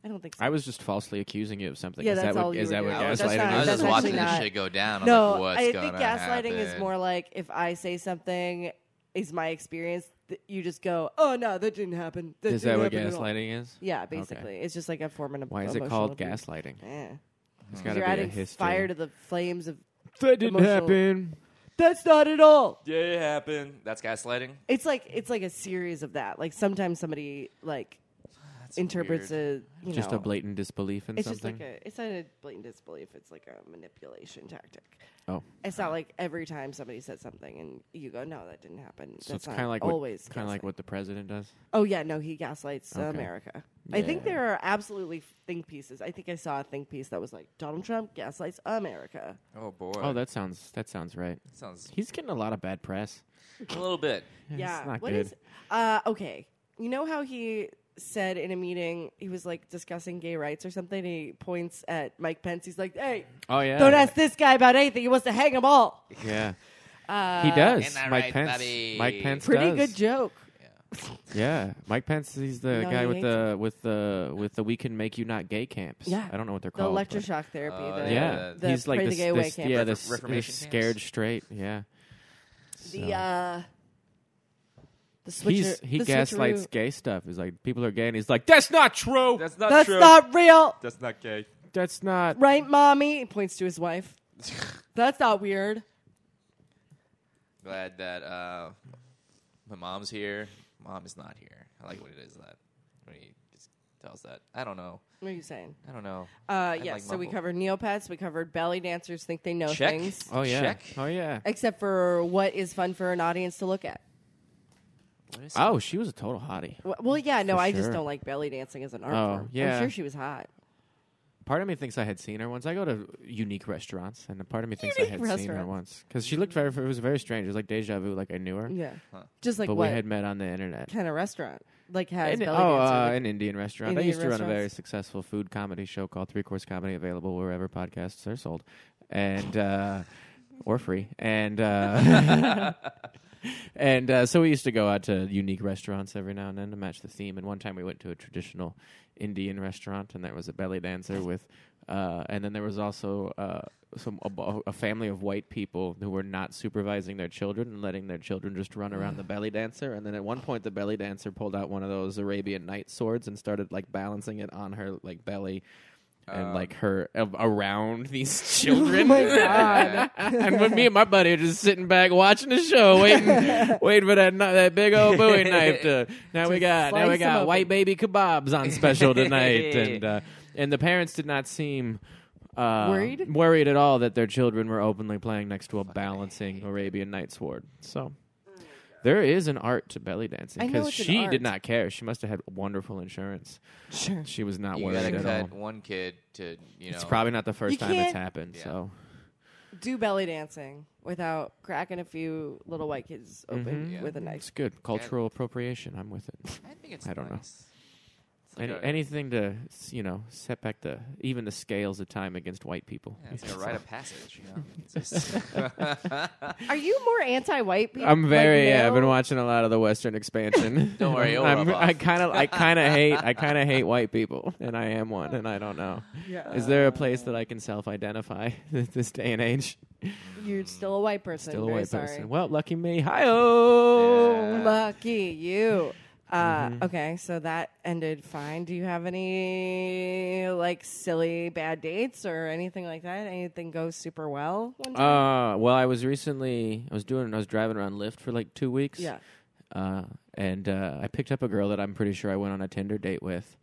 C: I don't think so.
B: I was just falsely accusing you of something.
C: Yeah,
B: is that
C: that's
B: what,
C: all you
B: is
C: were
B: that
C: doing.
B: what
A: I was,
C: That's
B: gaslighting
C: not-
A: I was
B: is?
A: just watching
C: actually
A: this
C: not-
A: shit go down. I'm
C: no,
A: like, what's
C: I
A: gonna
C: think gaslighting is
A: happen?
C: more like if I say something is my experience. Th- you just go, oh no, that didn't happen. That
B: Is
C: didn't
B: that what
C: happen at all."
B: gaslighting is?
C: Yeah, basically, it's just like a form of
B: Why is it
C: emotional
B: called
C: abuse.
B: gaslighting?
C: Eh.
B: It's
C: 'Cause
B: got to be
C: You're
B: a
C: adding
B: history.
C: fire to the flames of.
B: that
C: didn't emotional- happen. That's not at all.
A: Yeah, it happened. That's gaslighting.
C: It's like it's like a series of that. Like sometimes somebody like
A: That's
C: interprets
A: weird.
C: a you
B: Just
C: know,
B: a blatant disbelief in
C: It's
B: something.
C: just like a. It's not a blatant disbelief. It's like a manipulation tactic.
B: oh,
C: It's not like every time somebody says something and you go, "No, that didn't happen."
B: so
C: That's
B: it's
C: not
B: kind of like
C: always
B: kind of like
C: gaslight.
B: what the president does.
C: Oh yeah, no, he gaslights uh
B: Okay.
C: America. I think
B: Yeah.
C: there are absolutely think pieces. I think I saw a think piece that was like Donald Trump gaslights America.
A: Oh boy.
B: Oh, that sounds that sounds right.
A: sounds
B: He's getting a lot of bad press.
A: a little bit.
C: yeah,
B: it's not
C: what
B: good.
C: is- uh, okay, you know how he said in a meeting he was like discussing gay rights or something. and he points at Mike Pence. He's like, "Hey,
B: oh yeah,
C: don't ask this guy about anything. He wants to hang them all."
B: Yeah, he does.
A: Ain't that
B: Mike
A: right,
B: Pence.
A: buddy?
B: Mike Pence.
C: Uh, Pretty
B: does.
C: good joke.
B: Yeah, Mike Pence. He's the
C: No,
B: guy
C: he
B: with
C: hates
B: the with the with the we can make you not gay camps.
C: Yeah.
B: I don't know what they're
C: The
B: called. but- uh,
C: electroshock therapy.
A: Oh,
C: the,
B: Yeah,
C: the
B: he's like
C: pray
B: this,
C: the gay away
B: this-
C: camp.
B: yeah,
A: Refor-
B: this, this
A: Reformation
B: scared
A: camps?
B: straight. Yeah,
C: the uh, the switcher.
B: he's he
C: the
B: gaslights
C: switcheroo.
B: gay stuff. He's like people are gay, and he's like, that's not true.
A: That's not
C: That's
A: true.
C: not real,
A: That's not gay.
B: That's not.
C: right, mommy? He points to his wife. That's not weird.
A: Glad that uh, my mom's here. Mom is not here. I like when it is that when he just tells that. I don't know.
C: What are you saying?
A: I don't know.
C: Uh,
A: I'd
C: yes.
A: like
C: so we
A: mumble.
C: covered Neopets. We covered belly dancers think they know
A: Check.
C: things.
B: Oh yeah.
A: Check.
B: Oh yeah.
C: Except for what is fun for an audience to look at.
A: What is
B: Oh, she was a total hottie.
C: W- Well, yeah, no,
B: For
C: I just
B: sure.
C: don't like belly dancing as an art
B: Oh,
C: form.
B: yeah.
C: I'm sure she was hot.
B: Part of me thinks I had seen her once. I go to unique restaurants, and part of me thinks I
C: Unique
B: had seen her
C: restaurants.
B: once because she looked very. It was very strange. It was like deja vu. Like I knew her,
C: Yeah. Just like
B: but
C: what
B: we had met on the internet.
C: kind of restaurant? like has
B: In-
C: belly
B: oh,
C: dancer.
B: uh,
C: like-
B: an Indian restaurant. I
C: Indian
B: used to run a very
C: restaurants.
B: successful food comedy show called Three Course Comedy, available wherever podcasts are sold, and uh, or free. And uh, and uh, so we used to go out to unique restaurants every now and then to match the theme. And one time we went to a traditional Indian restaurant, and there was a belly dancer with, uh, and then there was also. Uh, some a, bo- a family of white people who were not supervising their children and letting their children just run around the belly dancer and then at one point the belly dancer pulled out one of those arabian night swords and started like balancing it on her like belly and like her a- around these children
C: my God.
B: and when me and my buddy are just sitting back watching the show waiting waiting for that kni- that big old bowie knife to now we got now we
C: slice 'em
B: got
C: open.
B: white baby kebabs on special tonight and uh, and the parents did not seem uh,
C: Worried?
B: worried at all that their children were openly playing next to a balancing Arabian Night sword. So there is an art to belly dancing
C: I know
B: because
C: it's an
B: she did
C: art.
B: not care. She must have had wonderful insurance.
C: Sure.
B: She was not
A: You
B: worried
A: gotta
B: at all.
A: cut one kid to you know.
B: It's probably not the first
C: You
B: time it's
C: can't-
B: happened.
A: Yeah.
B: So
C: do belly dancing without cracking a few little white kids open
B: Mm-hmm.
A: Yeah.
C: with a knife.
B: it's good cultural appropriation. I'm with it.
A: I think it's.
B: I don't know.
A: nice. It's like
B: Any,
A: a-
B: anything to you know set back the even the scales of time against white people.
A: yeah, it's like a rite of passage. You know. It's just-
C: Are you more anti-white people?
B: I'm very.
C: Like,
B: yeah, I've been
C: now?
B: watching a lot of the Western expansion.
A: Don't worry, it'll
B: I'm,
A: rub off.
B: I kind of, I kind of hate, I kind of hate white people, and I am one, and I don't know. Is there a place that I can self-identify at this day and age?
C: You're still a white person.
B: Still a
C: Very
B: white
C: sorry.
B: person. Well, lucky me. Hi oh.
A: Yeah.
C: Lucky you. Uh,
B: Mm-hmm.
C: Okay, so that ended fine. Do you have any like silly bad dates or anything like that? Anything goes super well? One time?
B: Uh, well, I was recently, I was doing, I was driving around Lyft for like two weeks.
C: yeah.
B: Uh, and uh, I picked up a girl that I'm pretty sure I went on a Tinder date with,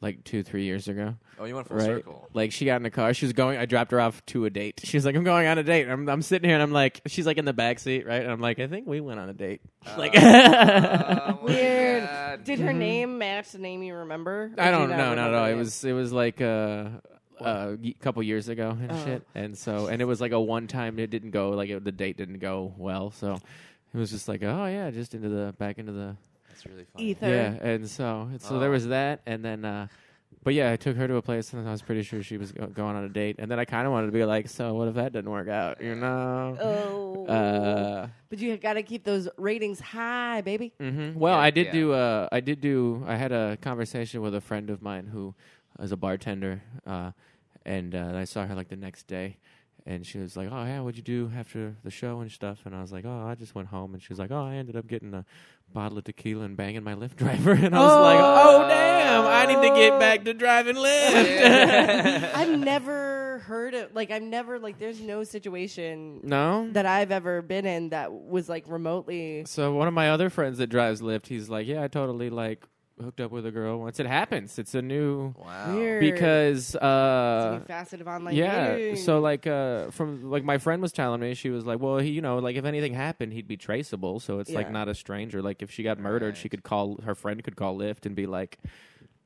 B: like two, three years ago.
A: oh, you went full
B: right?
A: circle.
B: Like she got in the car, she was going. I dropped her off to a date. She was like, "I'm going on a date." And I'm, I'm sitting here and I'm like, she's like in the back seat, right? And I'm like, I think we went on a date.
A: Uh,
B: like,
A: Oh, my
C: Weird.
A: God.
C: Did her name match the name you remember? Or
B: Mm-hmm. I
C: do you
B: don't know, not at
C: remember
B: all.
C: the
B: It
C: name?
B: was it was like a. A couple years ago and shit, and so and it was like a one time. It didn't go like it, the date didn't go well, so it was just like oh yeah, just into the back into the
A: That's really funny.
C: Ether.
B: Yeah, and so and so there
A: Oh.
B: was that, and then, uh, but yeah, I took her to a place, and I was pretty sure she was go- going on a date, and then I kind of wanted to be like, so what if that didn't work out, you know?
C: Oh.
B: Uh,
C: but you got to keep those ratings high, baby.
B: hmm Well,
A: Mm-hmm. Yeah,
B: I did
A: yeah.
B: do. Uh, I did do. I had a conversation with a friend of mine who is a bartender, uh, and uh, I saw her like the next day, and she was like, "Oh yeah, what'd you do after the show and stuff?" And I was like, "Oh, I just went home." And she was like, "Oh, I ended up getting a bottle of tequila and banging my Lyft driver." And I was like, "Oh damn, I need to get back to driving Lyft."
C: I've never heard of like I've never like there's no situation
B: no,
C: that I've ever been in that was like remotely
B: So one of my other friends that drives Lyft, he's like, "Yeah, I totally like hooked up with a girl once. It happens. It's a new
A: Wow.
C: weird
B: because
C: It's a
B: uh
C: new facet of online
B: yeah.
C: dating.
B: So like uh from like my friend was telling me she was like, "Well, he, you know, like if anything happened, he'd be traceable. So it's like
C: Yeah.
B: not a stranger. Like if she got murdered, she could call her friend could call Lyft and be like,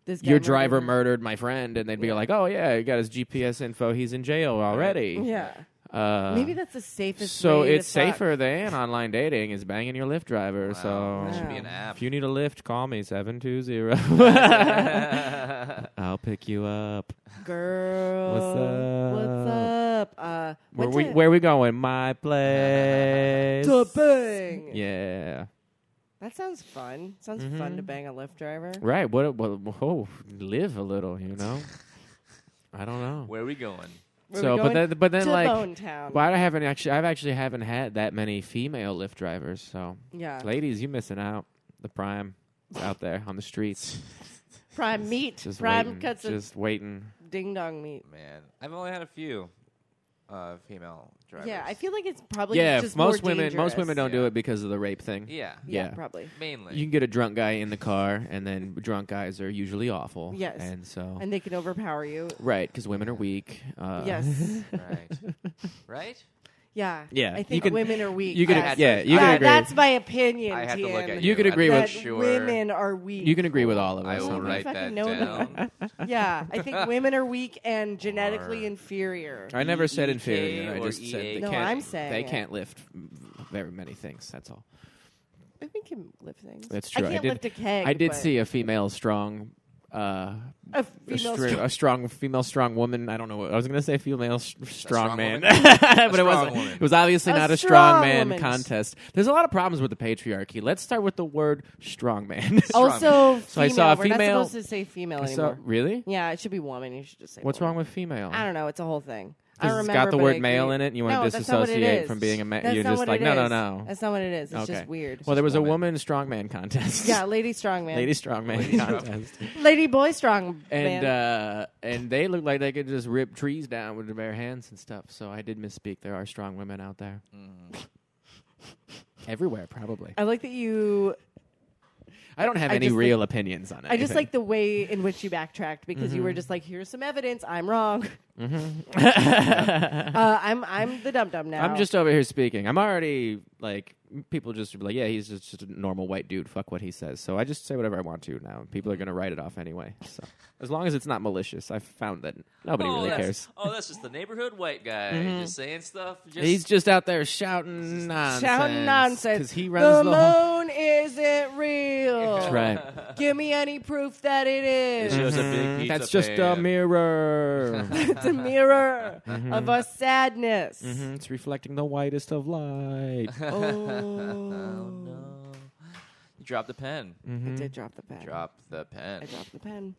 C: This guy
B: "Your driver
C: murdered-
B: murdered my friend." And they'd be like, "Oh yeah, he got his GPS info. He's in jail already."
C: Yeah,
B: Uh
C: maybe that's the safest.
B: so
C: way to
B: it's
C: fuck.
B: safer than online dating is banging your Lyft driver.
A: Wow.
B: So
A: That should be
C: Wow.
A: an app.
B: if you need a lift, call me 720. I'll pick you up.
C: girl.
B: What's
C: What's up? Uh,
B: Where
C: went
B: we
C: to-
B: where we going? My place.
C: to bang.
B: Yeah. Mm-hmm.
C: that sounds fun. Sounds fun to bang a Lyft driver.
B: Right. What what oh, live a little, you know? I don't know.
A: Where are we going?
C: Where
B: so
C: we
B: but
C: going?
B: then but then
C: to
B: like
C: Bone Town.
B: well, I haven't actually I've actually haven't had that many female Lyft drivers, so
C: Yeah,
B: ladies, you missing out. The prime is out there on the streets.
C: prime meat,
B: Just
C: prime
B: waiting,
C: cuts of
B: just waiting.
C: ding dong meat.
A: Man, I've only had a few uh, female drivers.
C: Yeah, I feel like it's probably
B: yeah,
C: just
B: most
C: more
B: women most
C: dangerous.
B: women don't do
A: Yeah.
B: it because of the rape thing.
A: Yeah,
C: Yeah,
B: yeah.
C: probably.
A: mainly.
B: You can get a drunk guy in the car, and then drunk guys are usually awful.
C: Yes.
B: and so
C: And they can overpower you.
B: right because women are weak. Uh,
C: yes.
A: right. right?
C: Yeah.
B: Yeah,
C: I
B: you
C: think
B: can-
C: women are weak.
B: you could
A: I had
C: Yes.
A: to-
B: yeah, you
A: I
B: can
C: Yeah,
A: had-
B: agree.
C: that's my opinion.
A: I have to
C: TM,
A: look at
B: You
A: you.
B: could
A: I'm
B: agree
A: not
C: that
B: with-
A: sure.
C: women are weak.
B: you can agree with all of
A: I
B: us.
A: will
C: we
B: on
A: write
C: fucking
A: that
C: know
A: down.
C: that. yeah, I think women are weak and genetically
A: Or-
C: inferior.
B: that. I never said
A: EEK
B: inferior. I
A: E or E
B: just said they
A: EAK.
C: No,
B: can't.
C: I'm saying
B: they
C: it.
B: can't lift very many things. That's all.
C: we can lift things.
B: That's true.
C: I
B: I
C: can't
B: did-
C: lift a keg.
B: I did
C: but
B: see a female strong, uh,
C: a
B: a,
C: female.
B: str-
C: strong-
B: a strong female strong woman. I don't know. What, I was gonna say female s strong,
A: strong
B: man,
A: woman?
B: but it
A: strong
B: wasn't.
A: woman.
B: It was obviously
C: A
B: not a
C: strong
B: strong man
C: woman.
B: contest. There's a lot of problems with the patriarchy. Let's start with the word strong man.
C: Also,
B: So I saw
C: female. We're not
B: female-
C: supposed to say female
B: I saw-
C: Oh, anymore.
B: really?
C: Yeah, it should be woman. You should just say.
B: What's wrong with female?
C: I don't know. It's a whole thing. I
B: Because
C: don't
B: it's
C: remember.
B: got the
C: but
B: word
C: I
B: male
C: agree.
B: in it and you wanna
C: No, that's not what it
B: dissociate
C: is.
B: from being a ma-
C: That's
B: you're
C: not
B: just
C: what
B: like,
C: it
B: no, no,
C: is.
B: no.
C: That's not what it is. It's just weird.
B: Well, there was a
A: woman.
B: woman strongman contest.
C: yeah, lady strong man,
B: Lady
C: lady,
B: strongman
A: strong-
B: contest.
C: boy strong
B: And
C: man.
B: uh, and they look like they could just rip trees down with their bare hands and stuff. So I did misspeak. There are strong women out there.
C: Mm.
B: Everywhere, probably.
C: I like that you.
B: I don't have
C: I
B: any
C: just
B: real opinions on it.
C: I just like the way in which you backtracked because you were
B: Mm-hmm.
C: just like, "Here's some evidence. I'm wrong. uh, I'm I'm the dum dum now.
B: I'm just over here speaking. I'm already like people just be like, yeah, he's just, just a normal white dude. Fuck what he says. So I just say whatever I want to now. People are gonna write it off anyway. So as long as it's not malicious, I've found that nobody
A: oh,
B: really
A: that's,
B: cares. Mm-hmm.
A: Oh, that's just the neighborhood white guy just saying stuff. Just,
B: He's just out there shouting nonsense.
C: shouting nonsense
B: because he runs the, whole.
C: moon isn't real.
B: That's right.
C: Give me any proof that it
A: it's
C: is.
A: just a big pizza
B: Mm, That's just uh, a
A: pan.
B: mirror.
C: it's a mirror
B: Mm-hmm.
C: of our sadness.
B: Mhm, It's reflecting the whitest of light.
C: Oh,
A: No. You dropped the pen.
C: I
B: Mm-hmm.
C: did drop the pen.
A: Drop the pen.
C: I dropped the pen.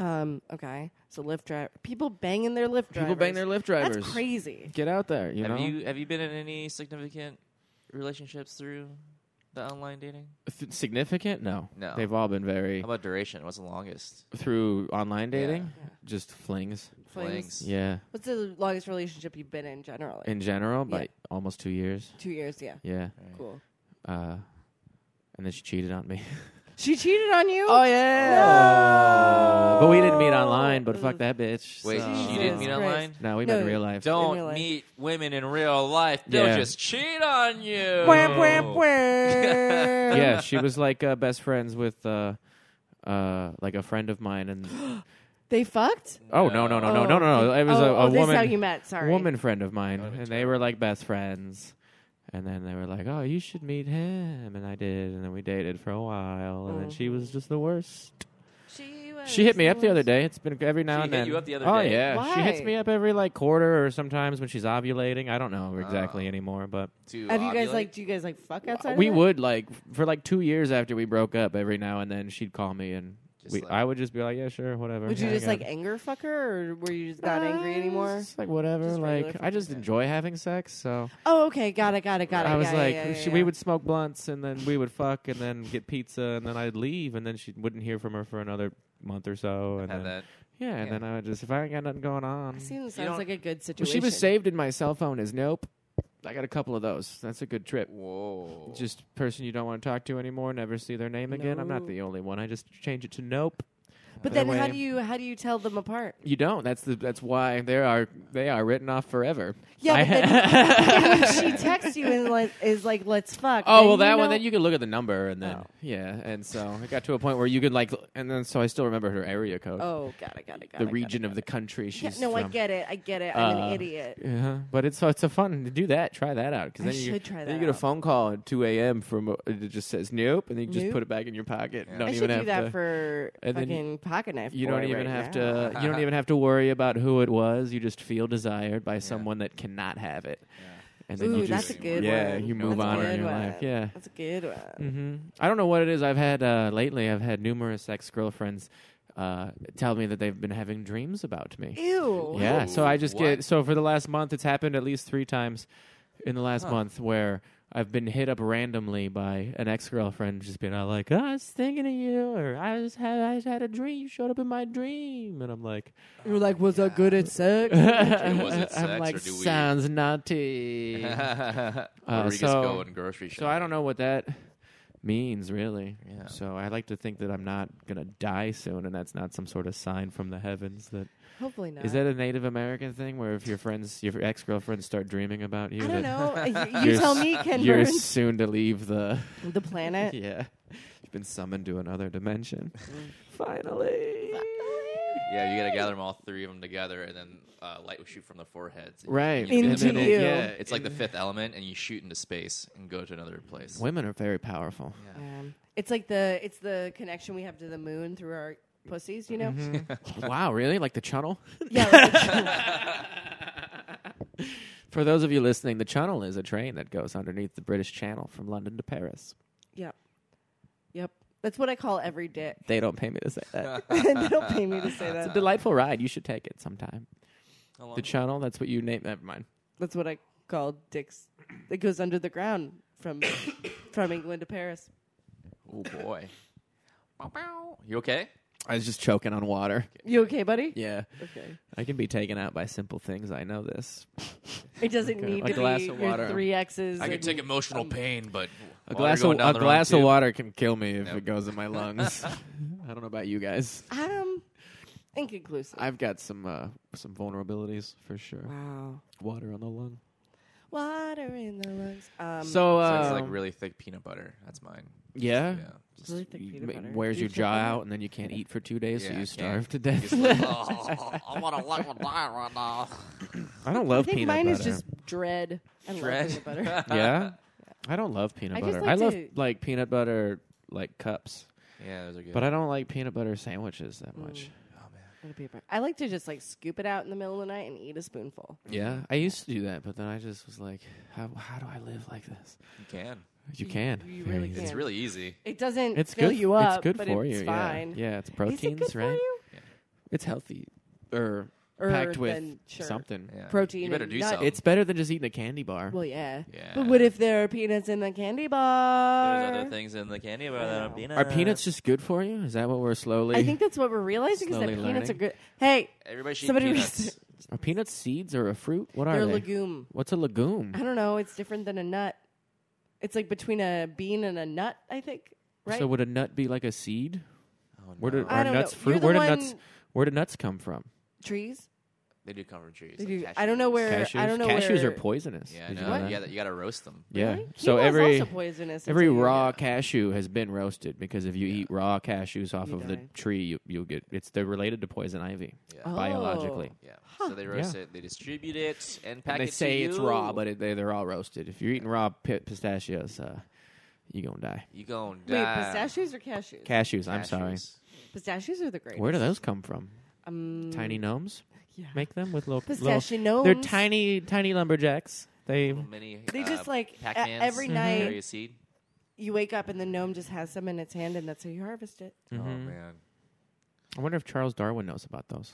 C: Um. Okay. So lift drive. People banging their lift drivers.
B: People bang their lift drivers.
C: That's crazy.
B: Get out there, you
A: have
B: know.
A: you have you been in any significant relationships through the online dating?
B: Th- significant? No.
A: No.
B: They've all been very
A: How about duration? What's the longest?
B: through online
A: Yeah.
B: dating,
C: Yeah.
B: just flings.
C: Flings.
B: Yeah,
C: What's the longest relationship you've been in generally?
B: in general,
C: Yeah.
B: by almost two years.
C: Two years. Yeah.
B: Yeah,
C: Cool.
B: uh, and then she cheated on me.
C: She cheated on you.
B: Oh, yeah. But we didn't meet online. But
C: Ugh.
B: fuck that bitch.
A: Wait,
B: so-
A: she
C: Jesus
A: didn't meet
C: Christ.
A: online.
B: No, we
C: No.
B: met in real life.
A: Don't
C: real life.
A: meet women in real life. They'll
B: Yeah.
A: just cheat on you.
C: Wham, wham, wham.
B: Oh. yeah, she was like uh, best friends with uh, uh, like a friend of mine, and
C: They fucked.
B: oh no no no no no no, no.
C: Oh,
B: it was
C: oh,
B: a, a
C: oh, this
B: woman
C: is how you met. Sorry.
B: woman friend of mine,
A: that's
B: and they were like best friends. And then they were like, "Oh, you should meet him," and I did, and then we dated for a while, and then she
C: Oh.
B: was just the worst.
C: She,
B: She hit me up the other day. It's been every now
A: She
B: and
A: hit
B: then.
A: you up the other
B: oh
A: day?
B: yeah, she hits
C: Why?
B: me up every like quarter or sometimes when she's ovulating. I don't know
A: Ah.
B: exactly anymore, but
A: To
C: Have you guys
A: ovulate?
C: like? Do you guys like fuck outside?
B: we
C: of that?
B: would like for like two years after we broke up. Every now and then she'd call me, and
A: Just
B: we,
A: like-
B: I would just be like, "Yeah, sure, whatever."
C: Would you
B: hang
C: just like
B: out."
C: anger fuck her, or were you just not angry
B: Uh,
C: anymore?
B: Just like whatever.
C: Just regular
B: like I
C: fucking
B: just enjoy having sex, so
C: Oh, okay, got it, got it, got it.
B: I was
C: yeah,
B: like,
C: yeah, yeah,
B: she,
C: yeah.
B: we would smoke blunts, and then we would fuck, and then get pizza, and then I'd leave, and then she wouldn't hear from her for another month or so, and
A: Had
B: then,
A: that.
B: yeah, and
A: yeah.
B: then I would just if I ain't got nothing going on.
C: Seems
A: You
C: sounds
A: don't-
C: like a good
B: Well,
C: situation.
B: she was saved in my cell phone as nope. I got a couple of those. That's a good trip.
A: Whoa.
B: Just person you don't want to talk to anymore, never see their name again. I'm not
C: No.
B: the only one. I just change it to nope.
C: But
B: That
C: then, how
B: way-
C: do you how do you tell them apart?
B: You don't. That's the. That's why they are they are written off forever. I-
C: Yeah, but then when she texts you and like, is like, "Let's fuck."
B: oh well,
C: then
B: that
C: you
B: one.
C: know-
B: Then you could look at the number and then
C: Oh.
B: yeah, and so it got to a point where you could like, and then so I still remember her area code,
C: Oh, got it, got it, got
B: the
C: it, got
B: region
C: it,
B: of
C: got
B: the
C: it.
B: country she's
C: Yeah, no, I
B: from.
C: get it. I get it. I'm
B: Uh,
C: an idiot.
B: Yeah, but it's it's a fun to do that. Try that out because
C: I
B: then you
C: should try
B: then you
C: that
B: get a
C: out.
B: phone call at two a.m. from uh, it just says nope, and then you just
C: Nope.
B: put it back in your pocket. Don't
C: I
B: even
C: should
B: have
C: do that
B: to,
C: for
B: and then
C: fucking pocket knife.
B: you don't
C: boy
B: even
C: right
B: have
C: now.
B: to you don't even have to worry about who it was. You just feel desired by someone that cannot have it, and then
C: Ooh,
B: you
C: that's
B: just
C: a good
B: yeah
C: one.
B: you
C: That's
B: move
C: a
B: on in
C: good
B: your
C: one.
B: life. Yeah,
C: That's a good one.
B: hmm I don't know what it is. I've had uh, lately. I've had numerous ex girlfriends uh, tell me that they've been having dreams about me.
C: Ew.
B: Yeah. So I just
A: What?
B: get so for the last month, it's happened at least three times in the last month where I've been hit up randomly by an ex girlfriend, just being all like, "Oh, "I was thinking of you," or "I just had I just had a dream. You showed up in my dream," and I'm like,
C: You're like, was I good at sex?
A: was it
B: I'm
A: sex
B: like,
A: or do we-
B: sounds naughty.
A: Where we just
B: Uh, so-
A: go and grocery shopping.
B: so I don't know what that means really.
A: Yeah.
B: So I like to think that I'm not gonna die soon, and that's not some sort of sign from the heavens that
C: Hopefully not.
B: Is that a Native American thing where if your friends, your ex girlfriends start dreaming about you,
C: I don't
B: that
C: know. Y-
B: You're
C: you
B: s-
C: tell me, Ken
B: you're
C: Burns.
B: soon to leave the.
C: The planet.
B: Yeah. You've been summoned to another dimension. Finally.
A: Yeah, you gotta gather them all three of them together, and then uh, light will shoot from the foreheads. And
B: Right.
A: you
C: Into
A: and then
C: you.
B: Yeah.
A: It's like the fifth element, and you shoot into space and go to another place.
B: Women are very powerful.
C: Um, it's like the it's the connection we have to the moon through our pussies, you know.
B: Mm-hmm. wow, really? Like the channel?
C: Yeah, like-
B: For those of you listening, the channel is a train that goes underneath the British Channel from London to Paris.
C: yep, yep. That's what I call every dick.
B: They don't pay me to say that.
C: they don't pay me to say
B: it's a
C: that.
B: delightful ride. You should take it sometime.
A: How long-
B: The channel, that's what you name. Never mind.
C: That's what I call dicks. It goes under the ground from from England to Paris.
A: oh boy. Bow, bow. You okay?
B: I was just choking on water.
C: You okay, buddy?
B: Yeah.
C: Okay.
B: I can be taken out by simple things. I know this.
C: It doesn't need
B: A
C: to
B: glass
C: be
B: of
C: your
B: water.
C: three X's.
A: I can
C: and-
A: take emotional pain, but
B: A
A: while
B: glass
A: you're going
B: of
A: down
B: a
A: the wrong
B: glass of
A: tube-
B: water can kill me if
A: Nope.
B: it goes in my lungs. I don't know about you guys.
C: Um, inconclusive.
B: I've got some uh, some vulnerabilities for sure.
C: wow.
B: Water on the lung.
C: Water in the lungs. Um,
B: so uh,
A: Sounds like really thick peanut butter. That's mine.
B: yeah,
A: Yeah.
C: It's really thick
B: You
C: peanut
B: ma-
C: butter.
B: wears
C: You
B: your
C: should
B: jaw
C: have
B: out, and then you can't eat for two days,
A: Yeah,
B: so
A: I
B: you
A: can't.
B: starve to death.
A: Just like, oh, I want to let one die right now.
B: I don't love
C: I think
B: peanut
C: mine
B: butter.
C: is just dread. I
A: Dread.
C: love peanut butter.
B: yeah, I don't love peanut
C: I just
B: butter.
C: like
B: I love
C: to-
B: like peanut butter like cups,
A: Yeah, those are good. Oh,
B: but I don't like peanut butter sandwiches that much.
C: Little paper. I like to just like scoop it out in the middle of the night and eat a spoonful.
B: Yeah, I used to do that, but then I just was like, how how do I live like this?
A: you can.
B: You can.
C: you
B: very
C: really
B: easy.
C: can.
A: It's really easy.
C: It doesn't
B: It's
C: fill
B: good.
C: you up,
B: it's good
C: but
B: for
C: it's
B: you.
C: fine.
B: Yeah. yeah, it's
C: Is it
B: proteins,
C: good
B: right?
C: for you?
B: It's healthy or
C: Or
B: packed with
C: then, sure.
B: something.
A: Yeah.
C: Protein
A: You better
C: and
A: do
C: nut-
A: something.
B: It's better than just eating a candy bar.
C: Well, yeah.
A: Yeah.
C: But what if there are peanuts in the candy bar?
A: There's other things in the candy bar that are
C: Wow.
A: peanuts.
B: Are peanuts just good for you? Is that what we're slowly?
C: I think that's what we're realizing is that
B: Slowly
C: peanuts are
B: learning.
C: good. Hey,
A: Everybody should eat
C: Somebody
A: peanuts.
C: recent-
B: are peanuts seeds or a fruit? What are
C: they're a
B: they?
C: legume.
B: What's a legume?
C: I don't know. It's different than a nut. It's like between a bean and a nut, I think. Right?
B: So would a nut be like a seed?
A: Oh,
B: Where do
A: no.
C: I
B: are
C: don't
B: nuts
C: know.
B: fruit?
C: You're the
B: where do
C: one-
B: nuts? Where do nuts come from?
C: Trees.
A: They do come from trees.
C: They
A: like
C: do-
A: cashews.
C: I don't know where-
B: Cashews.
C: Er, I don't know
B: Cashews
C: where-
B: are poisonous.
A: Yeah, I
B: Did you
A: know.
B: know
A: You,
B: that?
A: gotta, you gotta roast them.
B: Yeah.
C: Really?
B: So
C: Quinoa is
B: every
C: also poisonous.
B: every
C: until you-
B: raw cashew has been roasted because if you eat raw cashews off
C: You
B: of the
C: die.
B: tree, you, you'll get it's they're related to poison ivy
A: Yeah.
C: Oh.
B: biologically.
A: Yeah. So they roast it, they distribute it, and pack
B: and
A: it
B: they say
A: to
B: it's
A: you.
B: raw, but it, they, they're all roasted. If you're eating raw pi pistachios, uh, you gonna die.
A: you gonna
C: Wait,
A: die.
C: pistachios or cashews?
B: Cashews, I'm sorry.
A: Cashews.
C: pistachios are the greatest.
B: Where do those come from?
C: Um,
B: Tiny gnomes
C: yeah.
B: make them with little
C: Pistachio
B: little- They're
C: gnomes.
B: tiny, tiny lumberjacks. They
A: Little Mini,
C: They
A: uh,
C: just, like, e-
A: Pac-Mans
C: every
B: Mm-hmm.
A: that
C: night-
A: carry a seed.
C: You wake up and the gnome just has some in its hand, and that's how you harvest it.
A: Oh man.
B: I wonder if Charles Darwin knows about those.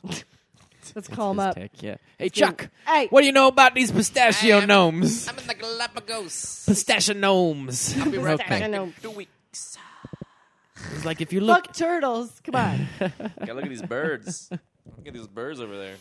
C: Let's call him
B: His
C: up.
B: tech, yeah. Hey
C: Dude,
B: Chuck,
C: Hey,
B: what do you know about these pistachio
A: I am-
B: gnomes?
A: I'm in the Galapagos.
B: Pistachio gnomes.
A: Be right
C: Okay.
A: back
C: Gnome.
A: in two weeks.
B: It's like if you look,
C: fuck turtles. Come on.
A: Yeah, look at these birds. Look at these birds over there.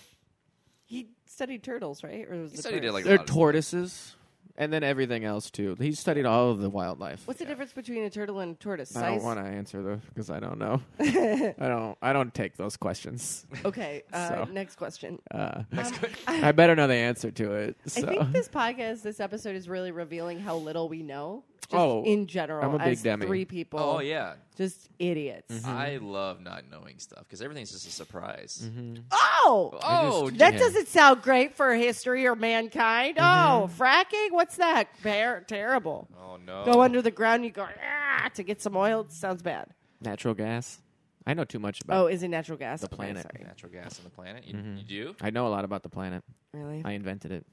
C: he studied turtles, right? Or was it
A: studied it,
C: birds?
A: like,
B: they're tortoises, and then everything else too. He studied all of the wildlife.
C: What's the difference between a turtle and a tortoise?
B: I don't want to answer those because I don't know. I don't. I don't take those questions.
C: to. Okay. Uh,
B: So.
C: Next question.
B: Uh,
C: Um,
B: I better know the answer to it.
C: I
B: So.
C: think this podcast, this episode, is really revealing how little we know. Just
B: Oh,
C: in general,
B: I'm a big Mm-hmm.
C: as
B: dummy.
C: three people.
A: Oh yeah,
C: just idiots.
A: I love not knowing stuff because everything's just a surprise.
C: Mm-hmm. Oh,
A: Oh,
C: that
B: Yeah.
C: doesn't sound great for history or mankind.
B: Mm-hmm.
C: Oh, fracking? What's that? Bear, terrible.
A: oh no.
C: Go under the ground. You go ah, to get some oil. Sounds bad.
B: Natural gas. I know too much about.
C: Oh, is it natural gas? The
B: planet.
C: sorry.
A: Natural gas on the planet. You,
B: Mm-hmm.
A: you do?
C: Oh.
B: I know a lot about the planet.
C: Really?
B: I invented it.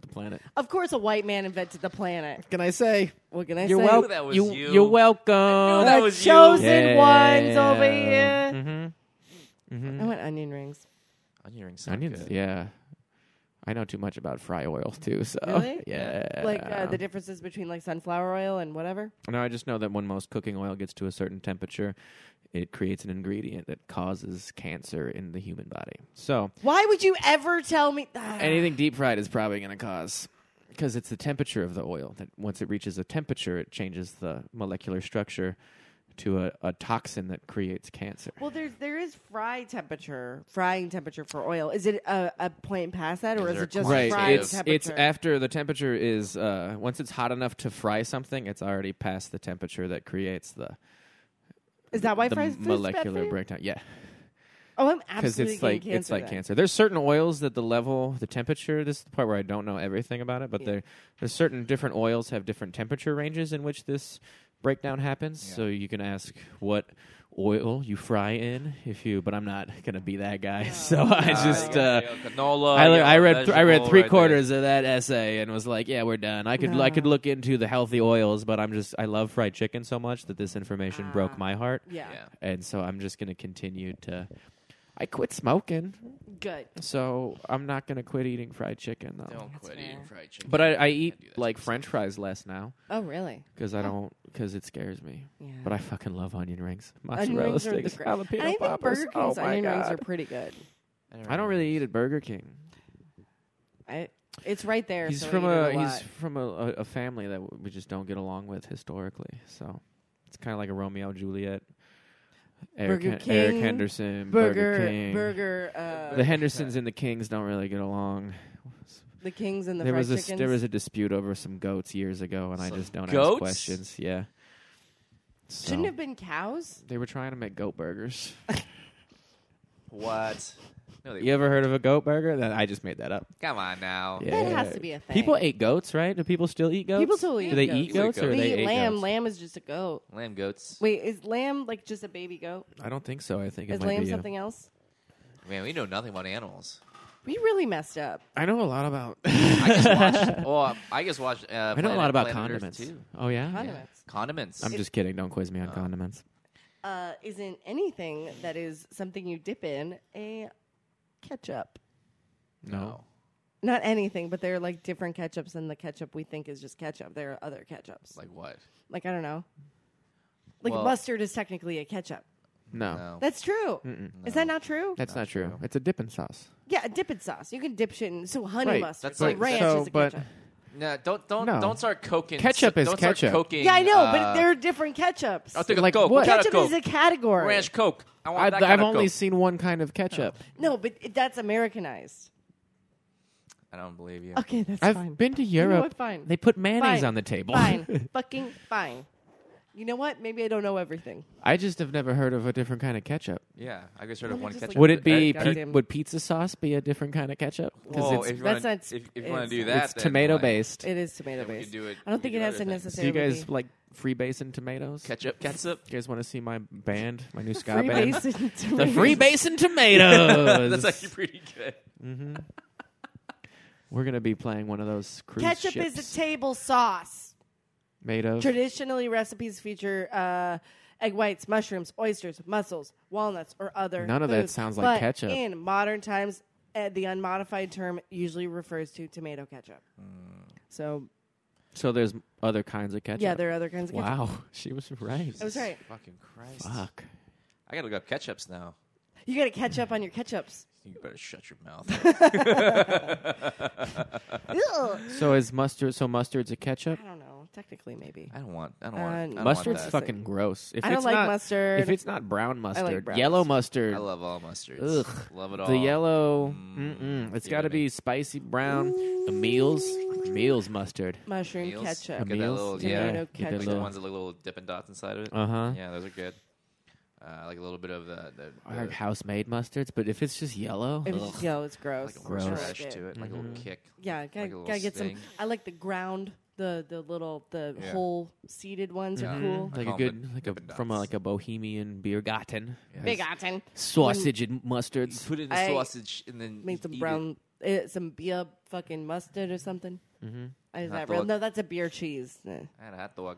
B: the planet.
C: Of course, a white man invented the planet.
B: Can I say?
C: What can I
B: You're
C: say?
A: knew
B: welcome.
A: that was you.
B: You're welcome.
A: knew that
C: the
A: was you.
C: chosen
B: Yeah.
C: ones over here.
B: Mm-hmm.
A: Mm-hmm.
C: I want onion rings.
A: Onion rings. sound
B: Onions.
A: good.
B: Yeah. I know too much about fry oil too. So
C: Really?
B: yeah.
C: Like uh, the differences between like sunflower oil and whatever.
B: No, I just know that when most cooking oil gets to a certain temperature, it creates an ingredient that causes cancer in the human body. So
C: Why would you ever tell me? Ah.
B: anything deep fried is probably going to cause because it's the temperature of the oil that once it reaches a temperature, it changes the molecular structure to a, a toxin that creates cancer.
C: Well, there's there is fry temperature, frying temperature for oil. Is it a, a point past that,
A: Is
C: or is,
A: there
C: it just
A: quantitative-
B: Right,
C: frying
B: it's
C: temperature?
B: it's after the temperature is uh, once it's hot enough to fry something, it's already past the temperature that creates the
C: is that why
B: the
C: fries food's bad for
B: molecular
C: you?
B: breakdown. Yeah,
C: Oh, I'm
B: because
C: absolutely
B: it's like
C: getting cancer.
B: it's like
C: then.
B: cancer. There's certain oils that the level, the temperature. This is the part where I don't know everything about it, but
C: Yeah.
B: there there's certain different oils have different temperature ranges in which this breakdown happens. So you can ask what oil you fry in if you. But I'm not gonna be that guy, so I
A: Ah,
B: just.
A: you
B: Uh,
A: gotta go canola,
B: I,
A: you
B: le- I
A: gotta
B: read th- I read
A: vegetable
B: three
A: right there.
B: quarters of that essay and was like, yeah, we're done. I could I could
C: No.
B: look into the healthy oils, but I'm just I love fried chicken so much that this information broke
C: Ah.
B: my heart,
C: Yeah.
A: Yeah.
B: and so I'm just gonna continue to. I quit smoking,
C: Good.
B: so I'm not gonna quit eating fried chicken though.
A: Don't quit
C: fair.
A: eating fried chicken.
B: But I, I
A: do
B: eat
A: that
B: like
A: to
B: French fries less now
C: Oh, really?
B: because I don't because it scares me.
C: Yeah.
B: But I fucking love onion rings,
C: Onion
B: mozzarella
C: rings are the
B: sticks,
C: great. And I
B: jalapeno
C: think
B: poppers.
C: Burger
B: Oh
C: King's
B: my
C: onion rings are
B: god!
C: pretty good.
B: I don't really eat at Burger King.
C: I, it's right there.
B: He's
C: so I
B: from
C: eat it
B: a,
C: a
B: he's
C: lot.
B: from a, a, a family that we just don't get along with historically. So it's kind of like a Romeo and Juliet. Eric,
C: Burger
B: Hen- Eric
C: King,
B: Henderson,
C: burger
B: King.
C: burger uh,
B: The Hendersons and the Kings don't really get along.
C: the kings and the
B: there
C: fried
B: was a
C: chickens.
B: there was a dispute over some goats years ago, and I
A: Some
B: just don't ask
A: goats?
B: questions. Yeah, so,
C: Shouldn't have been cows.
B: They were trying to make goat burgers.
A: What? No, they,
B: you ever heard of a goat burger? That I just made that up.
A: Come on now.
C: That has to be a thing.
B: People ate goats, right? Do people still eat goats?
C: People still eat
B: Do they
C: goats.
B: eat
A: People eat
B: goats or
A: goats.
C: They,
B: they
C: eat
B: ate
C: lamb.
B: goats?
C: Lamb is just a goat.
A: Lamb goats.
C: Wait, is lamb like just a baby goat?
B: I don't think so. I think it
C: Is
B: might
C: lamb
B: be uh, a-
C: something else?
A: Man, we know nothing about animals.
C: We really messed up.
B: I know a lot about.
A: I just watched. well, I just watched. Uh,
B: I know a
A: Planet-
B: lot about
A: Planet Earth
B: condiments.
A: too.
B: Oh yeah.
C: Condiments.
A: Condiments.
B: I'm just kidding. Don't quiz me on condiments.
C: Uh, isn't anything that is something you dip in a ketchup?
A: Oh,
B: No.
C: Not anything, but they're like different ketchups than the ketchup we think is just ketchup. There are other ketchups. Like,
A: Like what?
C: I don't know. Like
A: Well-
C: mustard is technically a ketchup.
B: No.
A: No.
C: That's true. Is that not true?
B: That's not true. It's a dipping sauce.
C: Yeah, a dipping sauce. You can dip shit in. So honey
B: Right.
C: mustard.
A: That's
C: so
A: like-
C: ranch
B: so,
C: is a
B: but-
C: ketchup.
A: No, don't don't
B: No.
A: don't start coking.
B: Ketchup is
A: don't
B: ketchup.
A: Start coking,
C: Yeah, I know,
A: uh,
C: but there are different ketchups.
A: I'll take a
B: Like
A: coke.
B: what?
A: kind of
C: ketchup
A: coke?
C: is a category.
A: ranch coke. I
C: Oh,
A: want
B: I,
A: that kind
B: I've
A: of
B: only
A: coke.
B: seen one kind of ketchup.
C: No, but it- that's Americanized.
A: I don't believe you.
C: Okay, that's
B: I've
C: fine.
B: been to
C: know
B: Europe.
C: what? Fine.
B: They put mayonnaise
C: Fine.
B: on the table.
C: Fine. Fucking fine. You know what? Maybe I don't know everything.
B: I just have never heard of a different kind of ketchup.
A: Yeah, I just heard of
C: Well,
A: one
C: just
A: ketchup.
C: like-
B: Would it be?
C: Goddamn.
B: Pe- would pizza sauce be a different kind of ketchup?
A: Whoa,
B: it's,
A: if you
C: that's
A: wanna, if, if
C: not-
A: you
C: it's-
A: want to do
C: it's
A: that,
B: it's
A: then
B: tomato
A: like
B: based.
C: It is tomato
A: Then we could
C: based.
A: do it-
C: I don't
A: we
C: think
A: could
C: it
A: do
C: has
A: other
C: to
A: things.
B: Do you
C: necessarily.
B: guys
C: be
B: like free basin tomatoes?
A: Ketchup, ketchup.
B: You guys want to see my band, my new ska
C: free
B: band?
C: base and
B: The Free
C: tomatoes.
B: Basin Tomatoes.
A: That's actually pretty good.
B: We're gonna be playing one of those cruise
C: Ketchup
B: ships
C: is a table sauce.
B: made of.
C: Traditionally, recipes feature uh, egg whites, mushrooms, oysters, mussels, walnuts, or other.
B: None of that
C: foods.
B: sounds like
C: But
B: ketchup.
C: In modern times, uh, the unmodified term usually refers to tomato ketchup.
A: Hmm.
C: So
B: so there's other kinds of ketchup.
C: yeah, there are other kinds of ketchup.
B: Wow, she was right.
C: I was right.
A: Fucking Christ!
B: Fuck.
A: I gotta look up ketchups now.
C: You got to catch up on your ketchups.
A: You better shut your mouth.
C: Ugh.
B: So is mustard? So mustard's a ketchup.
C: I don't know. Technically, maybe.
A: I don't want. I don't
C: Uh,
A: want. I don't want
B: Mustard's
A: that.
B: fucking gross. If
C: I don't
B: it's
C: like
B: not-
C: mustard.
B: If it's not brown mustard,
C: brown
B: yellow
A: I
B: mustard.
A: love all mustards.
B: Ugh.
A: Love it all. Mm,
B: the yellow. Mm-mm. It's
A: You
B: got to
A: know me.
B: be spicy brown. Emil's Emil's mustard.
C: Mushroom
A: Meals?
C: ketchup.
A: Get that
B: Meals?
A: little,
C: Tomato
A: yeah,
C: ketchup.
B: Get
A: like
B: that
A: the
B: little-
A: ones with like little dipping dots inside of it.
B: Uh-huh.
A: Yeah, those are good. Uh, like a little bit of the, the,
B: I
A: the-
B: like house made mustards, but if it's just yellow,
C: It was just, yo, it's gross.
A: like a
B: Gross. Mm-hmm.
A: horseradish
C: I don't like
A: to it, like a little kick.
C: Yeah,
A: a
C: gotta,
A: little
C: gotta get
A: sting.
C: some. I like the ground, the the little, the
A: Yeah.
C: whole seeded ones
A: Yeah.
C: are cool.
A: I
B: Mm-hmm. like a
A: call 'em
B: good
A: the
B: like a
A: Dippin'
B: from a,
A: Dots.
B: like a bohemian beer garten.
C: Big otten.
B: Sausage and mustards.
A: Put it in the
C: I
A: sausage and then
C: Made some
A: eat it.
C: brown, eh, some beer fucking mustard or something. Mm-hmm. Is
A: Hot
C: that real?
A: dog.
C: No, that's a beer cheese. Eh,
A: And a hot dog.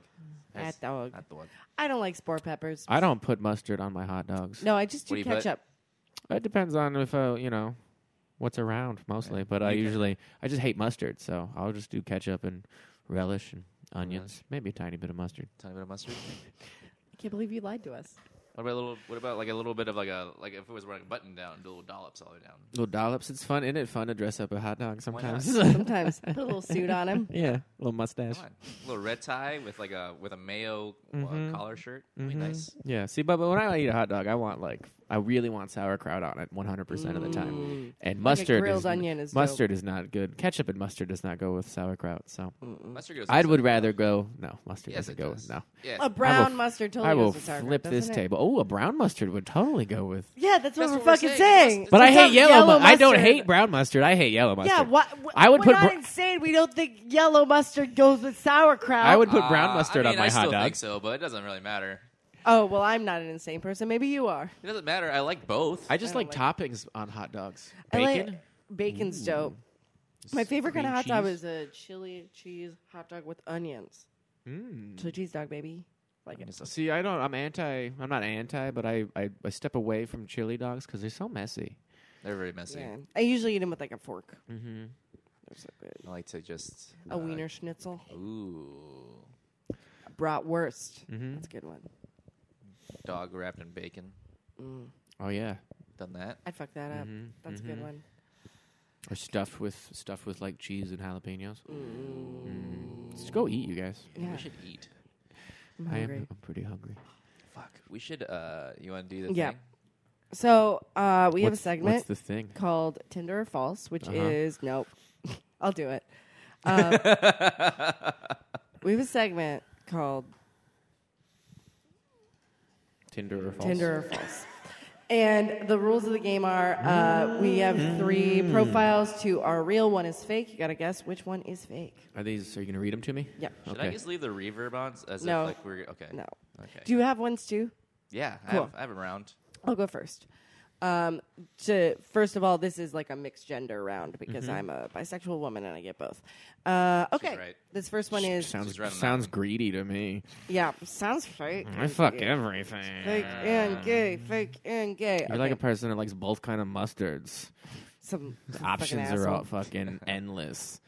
C: Hot dog.
A: Hot dog.
C: I don't like spore peppers.
B: I don't put mustard on my hot dogs.
C: No, I just
A: What
C: do
A: do you put?
C: ketchup.
B: It depends on if uh, you know what's around mostly, but I usually I just hate mustard, so I'll just do ketchup and relish and onions, maybe a tiny bit of mustard.
A: Tiny bit of mustard.
C: I can't believe you lied to us.
A: What about a little? What about like a little bit of like a like if it was like a button down, do little dollops all the way down.
B: Little dollops, it's fun, isn't it? Fun to dress up a hot dog
A: not?
B: sometimes.
C: Sometimes put a little suit on him.
B: yeah, little mustache.
A: Come on, a little red tie with like a with a mayo uh,
B: Mm-hmm.
A: collar shirt. Would Be nice.
B: Yeah, see, but, but when I eat a hot dog, I want like I really want sauerkraut on it, one hundred percent of the time. And mustard,
C: grilled
B: is,
C: onion is dope.
B: mustard is not good. Ketchup and mustard does not go with sauerkraut, so
A: Mustard goes.
B: I
A: with
B: would
A: sauerkraut.
B: rather go no mustard
A: Yes,
B: doesn't
A: it
B: go
A: does.
B: with no.
A: Yes,
C: A brown
B: f-
C: mustard totally
B: I will
C: goes with sauerkraut,
B: flip this
C: doesn't it?
B: table. oh, a brown mustard would totally go with.
C: Yeah, that's what
A: That's
C: we're
A: what we're
C: fucking
A: saying.
C: saying.
A: It's
B: But I
C: It's
B: hate
C: not
B: yellow. mu- I don't
C: mustard.
B: hate brown mustard. I hate yellow mustard.
C: Yeah, what?
B: I would
C: we're
B: put
C: not
B: br-
C: insane. We don't think yellow mustard goes with sauerkraut.
B: I would put
A: Uh,
B: brown mustard
A: I
B: on
A: mean,
B: my
A: I
B: hot
A: still
B: dog.
A: think so, but it doesn't really matter.
C: Oh well, I'm not an insane person. Maybe you are.
A: It doesn't matter. I like both.
B: I just
C: I
B: like,
C: don't
B: toppings on hot dogs.
C: I like-
B: Bacon.
C: bacon's dope. My favorite kind of hot
B: cream
C: dog
B: cheese.
C: is a chili cheese hot dog with onions.
B: Mm.
C: Chili cheese dog, baby. Like it.
B: Hmm. See, I don't. I'm anti. I'm not anti, but I I, I step away from chili dogs because they're so messy.
A: They're very messy.
C: Yeah. I usually eat them with like a fork.
B: Mm-hmm.
C: They're so good.
A: I like to just
C: A
A: uh,
C: wiener schnitzel,
A: Ooh,
C: a bratwurst.
B: Mhm.
C: That's a good one.
A: dog wrapped in bacon.
C: Mm.
B: Oh yeah,
A: Done that.
C: I fucked that up.
B: Mhm,
C: That's a
B: mhm.
C: good one.
B: or stuffed with stuffed with like cheese and jalapenos. Just go eat, you guys.
C: Mm. Yeah,
A: We should eat.
C: I'm
B: Mm. I
C: hungry.
B: am. I'm pretty hungry.
A: Fuck. We should. Uh, you want to do the
C: Yeah.
A: thing?
C: So uh, we have a
B: What's-
C: segment.
B: What's the thing?
C: called Tinder or False, which
B: Uh-huh.
C: is nope. I'll do it. Um, we have a segment called
B: Tinder or false?
C: Tinder or False. And the rules of the game are uh, we have three profiles. Two are real, one is fake. You got to guess which one is fake.
B: Are these? Are you gonna read them to me?
C: Yeah.
A: Should I
B: Okay.
A: just leave the reverb on s- as
C: No.
A: if like we're okay?
C: No.
A: Okay.
C: Do you have ones too?
A: yeah. I,
C: Cool.
A: have, I have 'em round.
C: I'll go first. Um, to first of all, this is like a mixed gender round because I'm a bisexual woman and I get both. Uh, okay,
A: right.
C: this first one is
B: Sounds
A: Just read 'em out.
B: sounds greedy to me.
C: yeah, sounds fake.
B: Mm, I fuck everything.
C: Fake and gay, fake and gay.
B: You're like a person that likes both kind of mustards.
C: some some
B: Options
C: fucking
B: are all
C: asshole.
B: fucking endless.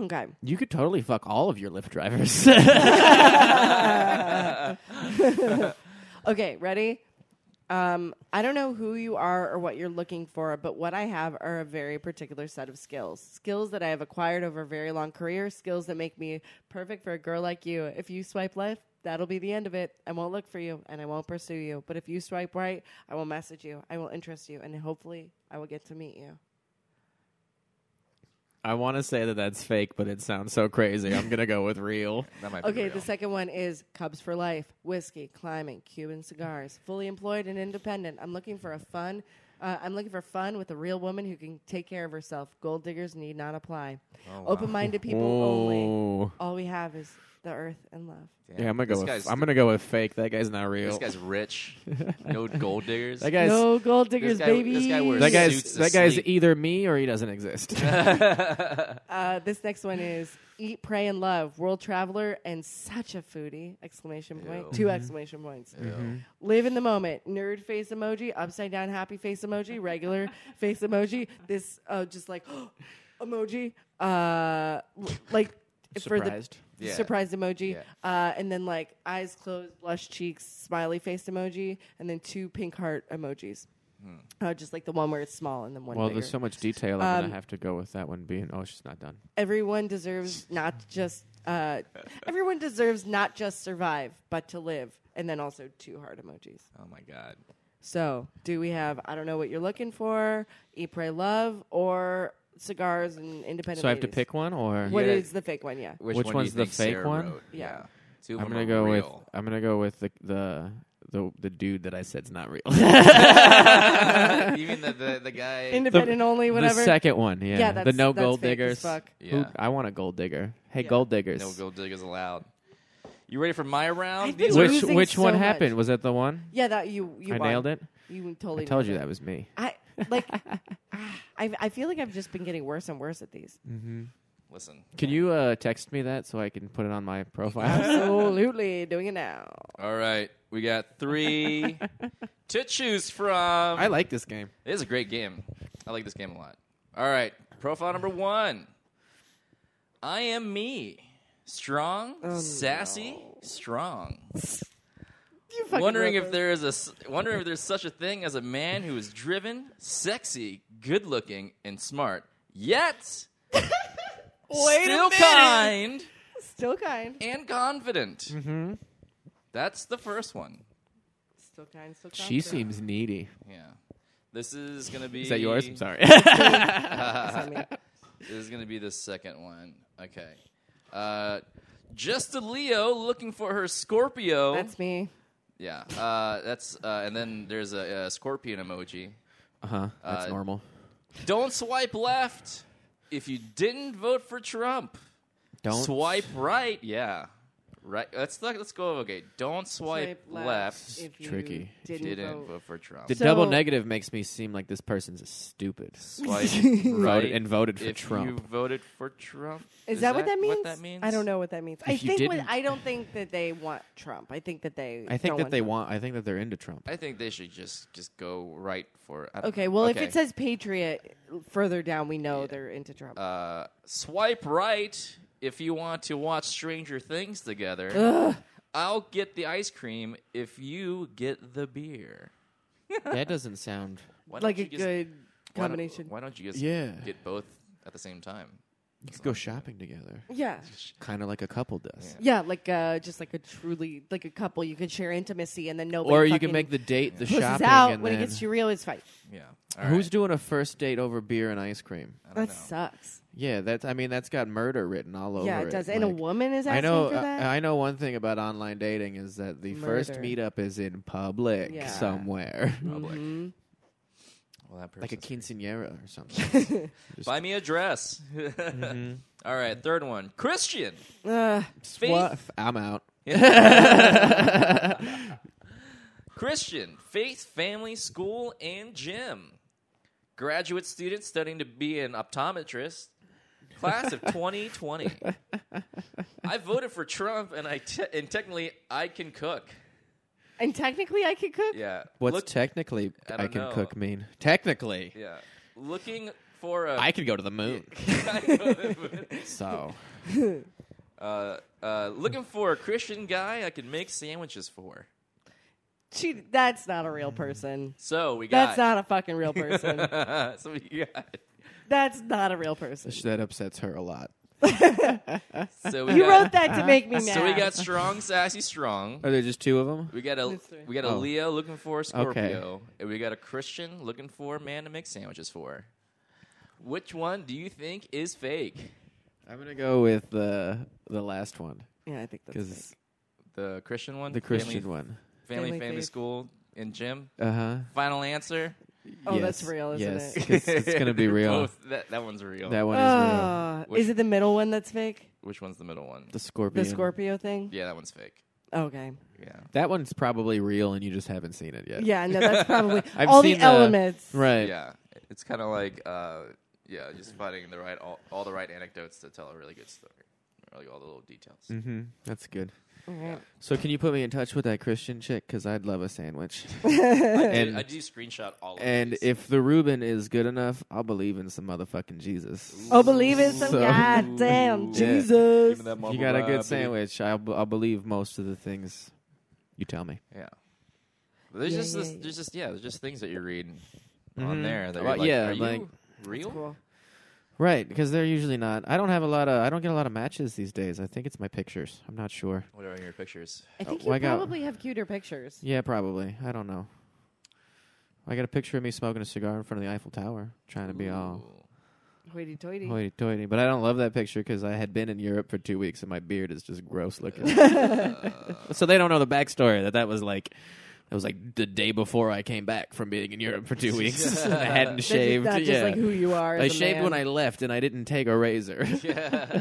C: Okay,
B: You could totally fuck all of your Lyft drivers.
C: okay, ready? Um, I don't know who you are or what you're looking for, but what I have are a very particular set of skills. Skills that I have acquired over a very long career, skills that make me perfect for a girl like you. If you swipe left, that'll be the end of it. I won't look for you and I won't pursue you. But if you swipe right, I will message you, I will interest you, and hopefully I will get to meet you.
B: I want to say that that's fake, but it sounds so crazy. I'm gonna go with real.
A: That might be
C: Okay,
A: real.
C: the second one is Cubs for Life, whiskey, climbing, Cuban cigars, fully employed and independent. I'm looking for a fun. Uh, I'm looking for fun with a real woman who can take care of herself. Gold diggers need not apply.
A: Oh,
C: Open-minded people only.
B: Oh,
C: All we have is the earth and love.
A: Damn.
B: yeah, I'm gonna go.
A: This
B: with,
A: guy's-
B: I'm gonna go with fake. That guy's not real.
A: This guy's rich. No gold diggers.
B: that guy's
C: no gold
A: this
C: diggers,
A: guy-
C: baby.
A: this guy wears
B: that guy's
A: Suits
B: that guy's
A: asleep.
B: either me or he doesn't exist.
C: Uh, this next one is eat, pray, and love. World traveler and such a foodie! Exclamation point.
A: Ew.
C: Two exclamation points.
B: Mm-hmm.
C: Live in the moment. Nerd face emoji. Upside down happy face emoji. Regular face emoji. This uh, just like emoji. Uh, l- like
B: Surprised.
C: for the
A: Yeah.
C: surprised emoji.
A: Yeah.
C: Uh, and then like eyes closed, blush cheeks, smiley face emoji, and then two pink heart emojis.
A: Hmm.
C: Uh, just like the one where it's small and then one.
B: well,
C: bigger
B: there's so much detail. I'm gonna have to go with that one being. Oh, she's not done.
C: everyone deserves not just uh, everyone deserves not just survive but to live and then also two heart emojis
A: Oh my god.
C: so do we have i don't know what you're looking for eat pray love or cigars and independent
B: So I have to
C: ladies?
B: pick one, or
C: What is
A: Yeah.
C: the fake one yeah
A: Which,
B: Which
A: one do
B: one's
A: you
B: the
A: think
B: fake
A: Sarah
B: one?
A: wrote?
C: Yeah.
A: Two of
B: I'm
A: them
B: gonna
A: are
B: go with
A: real.
B: I'm gonna go with the the the, the dude that I said's not real.
A: you mean the the, the guy?
C: independent only whatever
B: The second one, yeah.
C: Yeah, that's-
B: the no
C: that's
B: gold
C: fake
B: diggers.
C: as fuck.
B: Who-
A: Yeah.
B: I want a gold digger. Hey,
C: Yeah.
B: gold diggers.
A: no gold diggers allowed. You ready for my round?
C: I've been
A: These are-
B: Which
C: Losing
B: which
C: so
B: one
C: much.
B: happened? Was that the one?
C: yeah that you you
B: I
C: won.
B: nailed it.
C: you
B: I
C: totally
B: told you
C: nailed
B: that was me.
C: it. i like ah, I, I feel like i've just been getting worse and worse at these
A: Listen.
B: Can you uh, text me that so I can put it on my profile?
C: absolutely doing it now
A: All right, we got three to choose from.
B: I like this game.
A: It is a great game. I like this game a lot. All right, profile number one. I am me. Strong,
C: Oh,
A: sassy, strong.
C: you fucking
A: Wondering
C: wrote
A: if there is a s- wondering if there's such a thing as a man who is driven, sexy, good-looking, and smart, yet
C: Wait a
A: still
C: minute.
A: kind
C: those. still kind
A: and confident.
C: Mm-hmm.
A: That's the first one.
C: still kind still kind
B: She seems needy.
A: Yeah. This is gonna be.
B: Is that yours? I'm sorry. Uh-huh,
A: This is gonna be the second one. Okay. Uh, just a Leo looking for her Scorpio
C: that's me
A: Yeah, uh, that's uh, and then there's a, a scorpion emoji.
B: Uh-huh. That's
A: Uh,
B: normal.
A: Don't swipe left if you didn't vote for Trump.
B: Don't
A: swipe right. Yeah, right. Let's let, let's go. Okay, don't swipe, left.
C: if you
B: tricky.
A: if
C: Didn't,
A: you didn't vote.
C: vote.
A: for Trump.
B: The
C: So-
B: double negative makes me seem like this person's stupid.
A: Swipe right
B: Voted and voted for
A: if You
B: Trump.
A: voted for Trump.
C: Is, that, what that means?
A: What that means?
C: I don't know what that means. I
B: If you
C: think what,
B: didn't-
C: I don't think that they want Trump. I think that they.
B: I
C: don't
B: think that they
C: Trump.
B: want. I think that they're into Trump.
A: I think they should just just go right for. I don't
C: Okay,
A: know.
C: well, if
A: Okay.
C: it says Patriot further down, we know they're into Trump.
A: uh, swipe right if you want to watch Stranger Things together. I'll get the ice cream if you get the beer.
B: that doesn't sound.
A: Why don't
C: like
A: you
C: a
A: just-
C: good
A: why don't-
C: combination.
A: Why don't you just
B: Yeah.
A: get both at the same time?
B: Let's go shopping together,
C: Yeah.
B: kind of like a couple does.
C: Yeah, like uh, just like a truly like a couple you could share intimacy and then nobody.
B: Or you
C: fucking
B: can make the date the
C: pushes
B: shopping.
C: out
B: and
C: when
B: then
C: it gets to real. It's fine.
A: Yeah.
B: who's doing a first date over beer and ice cream?
C: That sucks.
B: Yeah, that's. I mean, that's got murder written all over it.
C: yeah, it does. And a
B: like-
C: woman is asking
B: I know. uh,
C: for that.
B: I I know one thing about online dating is that the first
C: Murder.
B: meetup is in public
C: Yeah.
B: somewhere,
A: public? Well, that
B: like a
A: person's-
B: quinceanera or something.
A: Buy me a dress.
B: Mm-hmm.
A: All right, third one. Christian.
C: Ugh.
A: Faith.
B: What? I'm out.
A: Christian, faith, family, school, and gym. Graduate student studying to be an optometrist. Class of 2020. I voted for Trump, and I te- and technically I can cook.
C: and technically, I could cook.
A: Yeah.
B: What's
A: Look-
B: technically
A: I
B: I,
A: don't
B: can
A: know.
B: cook mean? Technically,
A: yeah. Looking for a
B: I could go to the moon. so
A: uh, uh, looking for a Christian guy I can make sandwiches for.
C: She, that's not a
B: Mm.
C: real person.
A: So we got
C: That's not a fucking real person.
A: so we got
C: that's not a real person.
B: that upsets her a lot.
A: so we
C: You
A: got,
C: wrote that to make me mad.
A: So we got strong, sassy, strong.
B: Are there just two of them?
A: We got a
C: That's right.
A: we got a
B: Oh.
A: Leo looking for a Scorpio, and we got a Christian looking for a man to make sandwiches for. Which one do you think is fake?
B: I'm gonna go with the the last one
C: yeah, I think that's fake.
B: because
A: The Christian one,
B: the Christian one.
A: family,
C: Family
A: family, family
C: faith.
A: school, and gym.
B: Uh huh.
A: Final answer.
C: Oh, that's real, isn't
B: yes,
C: it?
B: 'cause it's gonna be
A: They're
B: real.
A: both- that, that one's real.
B: That one is real.
C: Ugh.
A: Which-
C: Uh, is it the middle one that's fake?
A: Which one's the middle one?
B: The scorpion.
C: The Scorpio thing?
A: Yeah, that one's fake.
C: Okay.
A: Yeah.
B: That one's probably real, and you just haven't seen it yet.
C: Yeah, no, that's probably
B: I've
C: all the
B: seen
C: elements.
B: Right.
A: Yeah, it's kind of like uh, yeah, just finding the right all, all the right anecdotes to tell a really good story, like all the little details.
B: hmm That's good.
C: All right.
B: So can you put me in touch with that Christian chick? Because I'd love a sandwich.
A: And
B: and
A: I do screenshot all of
B: and
A: these.
B: if the Reuben is good enough, I'll believe in some motherfucking Jesus.
C: Oh, believe in some
B: So-
C: goddamn
B: Yeah.
D: Give
C: Jesus.
D: me that
B: If
D: mumble
B: you got a
D: rap,
B: good
D: baby.
B: sandwich, I'll, b- I'll believe most of the things you tell me.
A: yeah, there's
C: Yeah,
A: just
C: yeah,
A: this,
C: yeah.
A: there's just yeah, there's just things that you read
B: Mhm.
A: on there that
B: Well,
A: you're like,
B: yeah,
A: are you
B: like-
A: real?
C: Cool.
B: Right, because they're usually not. I don't have a lot of. I don't get a lot of matches these days. I think it's my pictures. I'm not sure.
A: What are your pictures?
C: I think
B: Oh,
C: you
B: I got-
C: probably have cuter pictures.
B: Yeah, probably. I don't know. I got a picture of me smoking a cigar in front of the Eiffel Tower, trying to be all
A: Ooh.
C: Hoity toity.
B: hoity toity. But I don't love that picture because I had been in Europe for two weeks and my beard is just gross looking.
A: uh,
B: so they don't know the backstory that that was like. It was like the day before I came back from being in Europe for two weeks. and I hadn't shaved.
C: Not
B: yeah.
C: just like who you are. as
B: I
C: a
B: shaved
C: man.
B: when I left, and I didn't take a razor.
C: And do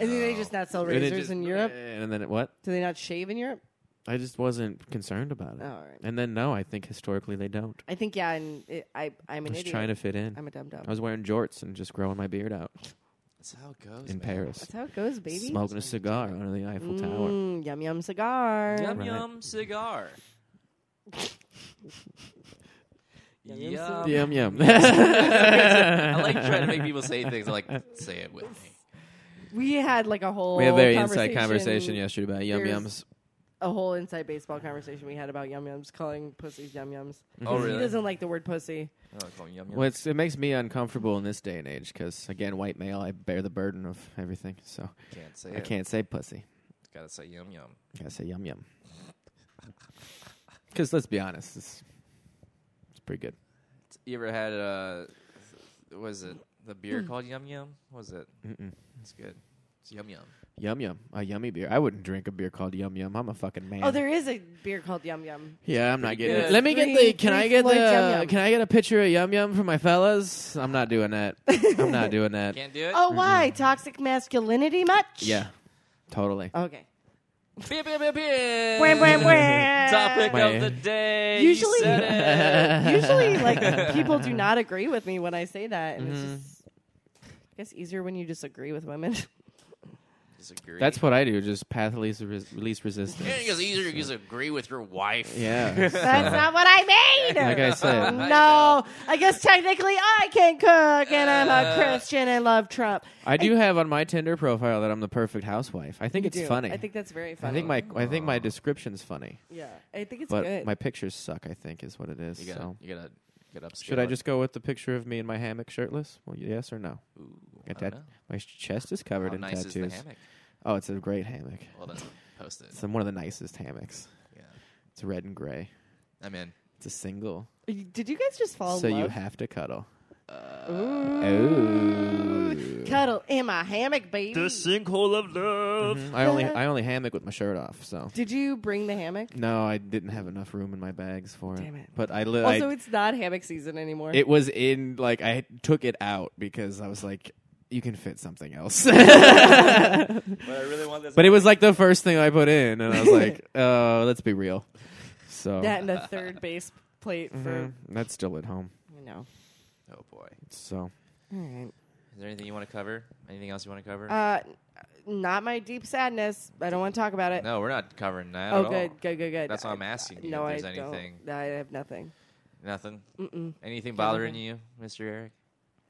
C: they just not sell
B: And it
C: razors
B: just-
C: in Europe?
B: And then it, what?
C: Do they not shave in Europe?
B: I just wasn't concerned about it.
C: Oh, all right.
B: And then no, I think historically they don't.
C: I think yeah, and it, I I'm
B: I
C: an
B: was
C: idiot.
B: trying to Oh, fit in.
C: I'm a dumb dumb.
B: I was wearing jorts and just growing my beard out
A: That's how it goes man.
B: in Paris,
C: That's how it goes, baby.
B: smoking a cigar under the Eiffel Tower.
C: Mm, yum yum cigar.
A: Yum
B: Right.
A: yum cigar.
C: Yum, yum
A: yum.
B: Yum yum.
A: I like trying to make people say things. I like say it with me.
C: We had like a whole
B: we had a very
C: conversation,
B: inside conversation yesterday about yum
C: There's-
B: yums.
C: A whole inside baseball conversation we had about yum yums calling pussies yum yums.
B: Mm-hmm.
A: Oh
C: He
A: really?
C: doesn't like the word pussy.
A: Oh, I call him yum, yum.
B: Well, it's, it makes me uncomfortable in this day and age because again, white male, I bear the burden of everything, so
A: Can't say
B: I
A: it.
B: can't say pussy.
A: Gotta say yum yum.
B: Gotta say yum yum. Because let's be honest, it's, it's pretty good.
A: You ever had
C: Hmm.
A: uh, was it the beer called Yum Yum? What was it? Mm-mm. It's good. It's yum yum.
B: Yum yum, a yummy beer. I wouldn't drink a beer called Yum Yum. I'm a fucking man.
C: Oh, there is a beer called Yum Yum.
B: Yeah, I'm not getting
A: good.
B: it. Let me get
C: Three-
B: the. Can
C: three
B: I get
C: Floyd's Yum
B: the?
C: Yum.
B: Can I get a picture of Yum Yum for my fellas? I'm not doing that. I'm not doing that.
A: Can't do it.
C: Oh, why toxic masculinity much?
B: Mm-hmm. Yeah, totally.
C: Okay.
A: Beer, beer, beer, beer.
C: Wah, wah, wah.
A: Topic
B: Wait.
A: of the day.
C: Usually-
A: you said it.
C: Usually, like people do not agree with me when I say that, and
B: Mm-hmm.
C: it's just, I guess, easier when you disagree with women.
A: Disagree.
B: That's what I do. Just path least, res- least resistance.
A: Yeah, because either you just agree with your wife.
B: Yeah. so-
C: That's not what I mean.
B: like I said,
A: I
C: no, I guess technically I can cook, and I'm a
A: Uh.
C: Christian and love Trump.
B: I do have on my Tinder profile that I'm the perfect housewife. I think
C: You
B: it's
C: do.
B: funny.
C: I think that's very
B: I
C: funny.
B: think my I think my description's funny,
C: yeah, I think it's
B: but
C: good.
B: my pictures suck. I think is what it is.
A: You gotta,
B: so
A: you gotta get upscale.
B: should I
A: it.
B: just go with the picture of me in my hammock, shirtless? Well, yes or no?
A: Ooh, I
B: Got
A: don't
B: that?
A: know.
B: My chest is covered
A: How
B: in
A: nice
B: tattoos.
A: is the hammock?
B: Oh, it's a great hammock.
A: Well, then post it.
B: It's one of the nicest hammocks.
A: Yeah.
B: It's red and gray.
A: I'm in.
B: It's a single,
C: Did you guys just fall
B: so
C: in
B: you
C: love?
B: have to cuddle. Oh.
C: Ooh. Cuddle in my hammock, baby.
A: sinkhole of love.
B: I only I only hammock with my shirt off. So
C: Did you bring the hammock?
B: no, I didn't have enough room in my bags for it.
C: Damn it.
B: But I li- I-
C: Also, it's not hammock season anymore.
B: It was in like I took it out because I was like, you can fit something else.
D: But I really want this.
B: but it was like the first thing I put in, and I was like, oh, let's be real. So
C: that and a third base plate for
B: Mhm. that's still at home.
C: you know.
A: Oh boy.
B: So
C: All right.
A: Is there anything you want to cover? Anything else you want to cover?
C: Uh, not my deep sadness. I don't want to talk about it.
A: no, we're not covering that
C: oh,
A: at
C: good,
A: all.
C: good, good, good.
A: That's why I'm
C: I-
A: asking you
C: no,
A: if
C: I
A: there's anything.
C: Don't. I have nothing.
A: Nothing.
C: Mm-mm.
A: Anything bothering you, Mr. Eric?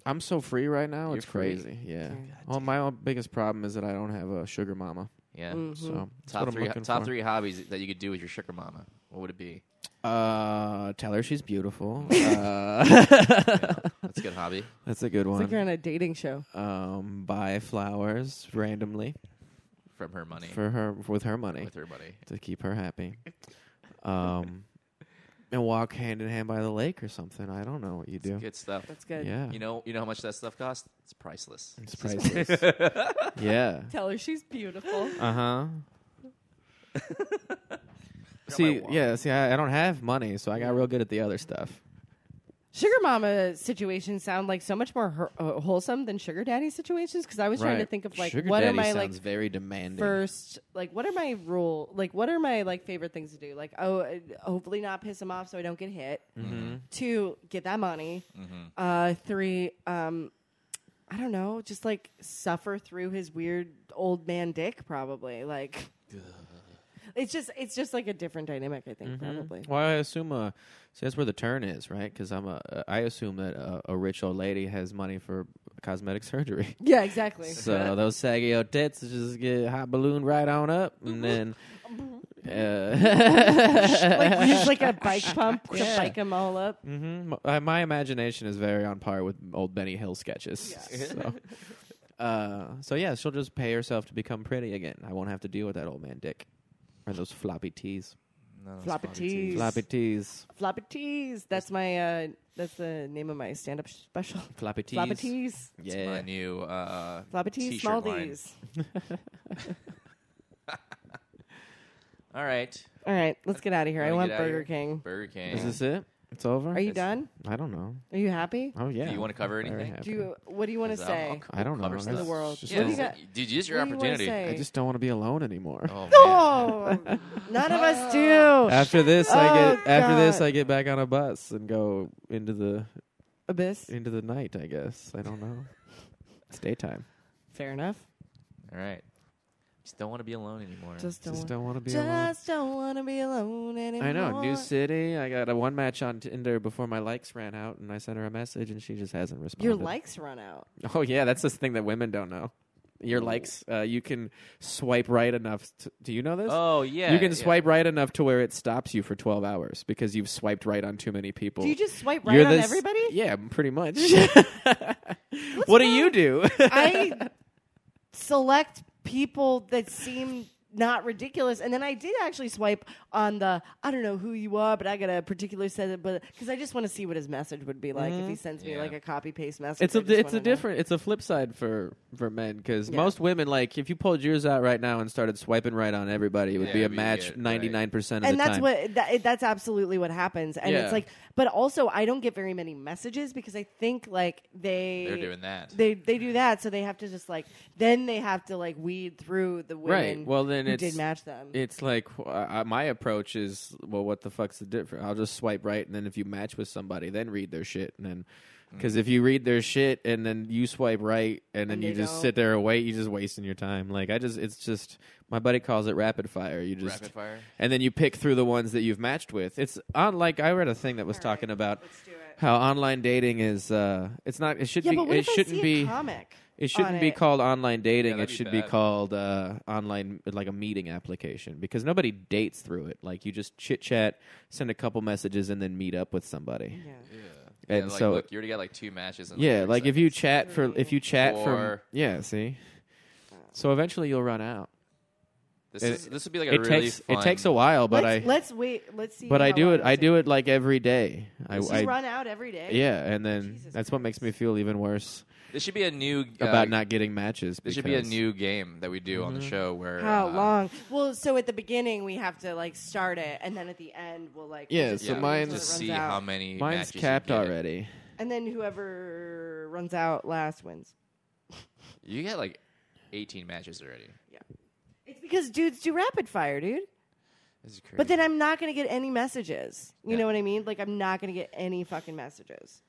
B: I'm so free right now.
A: You're
B: it's
A: free.
B: crazy. Yeah.
C: Okay.
B: Well, my own biggest problem is that I don't have a sugar mama.
A: Yeah.
C: Mhm.
B: So that's what
A: Top
B: I'm
A: three.
B: looking
A: Top
B: for.
A: three hobbies that you could do with your sugar mama. What would it be?
B: Uh, tell her she's beautiful. uh,
A: That's a good hobby.
B: that's a good
C: It's like you're
B: one.
C: on a dating show.
B: Um, buy flowers randomly
A: From her money.
B: for her with her money.
A: With her money.
B: to keep her happy. Um, and walk hand in hand by the lake or something. I don't know what you do.
A: Good stuff.
C: That's good.
B: Yeah,
A: You know, you know how much that stuff costs? It's priceless.
B: it's priceless. yeah.
C: Tell her she's beautiful.
B: Uh huh. see, yeah, see, I, I don't have money, so I got real good at the other stuff.
C: Sugar mama situations sound like so much more her- uh, wholesome than sugar daddy situations because I was trying to think of like
B: Sugar
C: what
B: daddy
C: am I like
B: sounds very demanding.
C: first like what are my rule like what are my like favorite things to do like oh uh, hopefully not piss him off so I don't get hit two get that money uh three um I don't know just like suffer through his weird old man dick probably like it's just it's just like a different dynamic I think probably
B: Mm-hmm. Well, I assume uh, see, that's where the turn is, right? Because I'm a, I assume that a, a rich old lady has money for cosmetic surgery.
C: yeah exactly
B: So those saggy old tits just get hot balloon right on up, and then uh,
C: like use like a bike pump to
B: Yeah.
C: bike them all up
B: hmm my, my imagination is very on par with old Benny Hill sketches. So, uh, so yeah, she'll just pay herself to become pretty again. I won't have to deal with that old man dick or those floppy tees.
A: No, it's
C: Floppy
A: tees.
C: tees.
B: Floppy tees,
C: Floppities. That's my uh that's the name of my stand up special.
B: floppy tees,
C: Floppities.
A: It's my
B: Yeah,
A: new uh,
C: Floppities,
A: t-shirt
C: small
A: line.
C: D's.
A: All right.
C: All right, let's get out of here. I
A: Wanna
C: want
A: get outta
C: Burger
A: here?
C: King.
A: Burger King.
B: is this it? It's over.
C: Are you done?
B: I don't know.
C: Are you happy?
B: Oh yeah.
A: Do you want to cover
B: Very
A: anything?
B: happy.
C: Do you what do you want to
A: Is that- I'll
C: say?
A: cover
B: I don't know.
A: Cover
B: That's
A: stuff.
C: the world.
B: just
C: Yeah. What do you
B: all-
C: got-
A: Dude, use your
C: What do you wanna
A: opportunity.
C: say?
B: I just don't want to be alone anymore.
A: Oh, man.
C: No, none of us do.
B: After this, I
C: Oh,
B: get after this,
C: God.
B: I get back on a bus and go into the
C: Abyss.
B: into the night. I guess I don't know. It's daytime.
C: Fair enough.
A: All right. Just don't want to be alone anymore.
C: Just don't.
B: Just
C: Just
B: don't want to be alone.
C: Just don't want to be alone anymore.
B: I know. New city. I got a one match on Tinder before my likes ran out, and I sent her a message, and she just hasn't responded.
C: Your likes run out.
B: Oh yeah, that's this thing that women don't know. Your likes. Uh, you can swipe right enough. To, do you know this?
A: Oh, yeah.
B: you can
A: yeah.
B: swipe right enough to where it stops you for 12 hours because you've swiped right on too many people.
C: Do you just swipe right
B: You're
C: on
B: this-
C: everybody?
B: Yeah, pretty much. what do you do?
C: I select people that seem not ridiculous. And then I did actually swipe on the I don't know who you are, but I got a particular set of but because I just want to see what his message would be like if he sends me
A: Yeah.
C: like a copy paste message.
B: Mm-hmm. It's
C: I
B: a
C: just
B: it's a
C: wanna know.
B: different it's a flip side for for men because
C: Yeah.
B: most women like if you pulled yours out right now and started swiping right on everybody it would
A: Yeah,
B: be a
A: we
B: match
A: get- right.
B: ninety nine percent of
C: and
B: the
C: that's
B: time.
C: what that, it- that's absolutely what happens and
B: Yeah.
C: it's like but also i don't get very many messages because i think like they
A: They're doing that.
C: they they do that so they have to just like then they have to like weed through the women
B: right. Well, then
C: who
B: it's
C: did match them
B: it's like wh- uh, my approach is well, what the fuck's the difference? I'll just swipe right, and then if you match with somebody, then read their shit, and then because if you read their shit and then you swipe right, and then
C: And
B: you
C: they
B: just
C: don't.
B: sit there and wait, you just wasting your time. Like I just, it's just my buddy calls it rapid fire. You just
A: Rapid fire.
B: and then you pick through the ones that you've matched with. It's on like I read a thing that was
C: All right,
B: talking about
C: let's do it.
B: how online dating is. uh It's not. It should
C: yeah
B: be.
C: but what
B: it
C: if
B: shouldn't
C: I see
B: be.
C: a comic
B: It shouldn't
C: on
B: be
C: it.
B: called online dating.
A: Yeah,
B: it
A: that'd be
B: should be
A: bad.
B: called uh, online, like a meeting application, because nobody dates through it. Like you just chit chat, send a couple messages, and then meet up with somebody.
C: yeah
A: Yeah.
B: And
A: like,
B: so-
A: look, you already got like two matches. In
B: Yeah,
A: thirty
B: like if you
A: seconds.
B: chat for if you chat for
A: Or-
B: yeah, see. So eventually you'll run out.
A: this
B: it-
A: is this would be like a
B: It
A: really
B: takes
A: fun.
B: it takes a while, but
C: let's,
B: I
C: let's wait let's see
B: but I
C: how
B: do
C: long
B: it I
C: takes.
B: do it like every day. I,
C: Does
B: I
C: he run out every day
B: yeah, and then
C: Jesus
B: that's what makes me feel even worse
A: This should be a new uh,
B: about not getting matches.
A: This should be a
B: because-
A: new game that we do on the show where
C: Mm-hmm. how
A: uh,
C: long well so at the beginning we have to like start it and then at the end we'll like
B: Yeah,
C: just
B: so
C: wait
A: Yeah,
C: until
B: mine's-
C: it
A: to
C: runs
A: see
C: out.
A: how many
B: mine's
A: matches you
B: capped
A: get.
B: already.
C: And then whoever runs out last wins.
A: You get like 18 matches already.
C: It's because dudes do rapid fire, dude.
A: This is crazy.
C: But then I'm not going to get any messages. You
A: Yeah.
C: know what I mean? Like, I'm not going to get any fucking messages,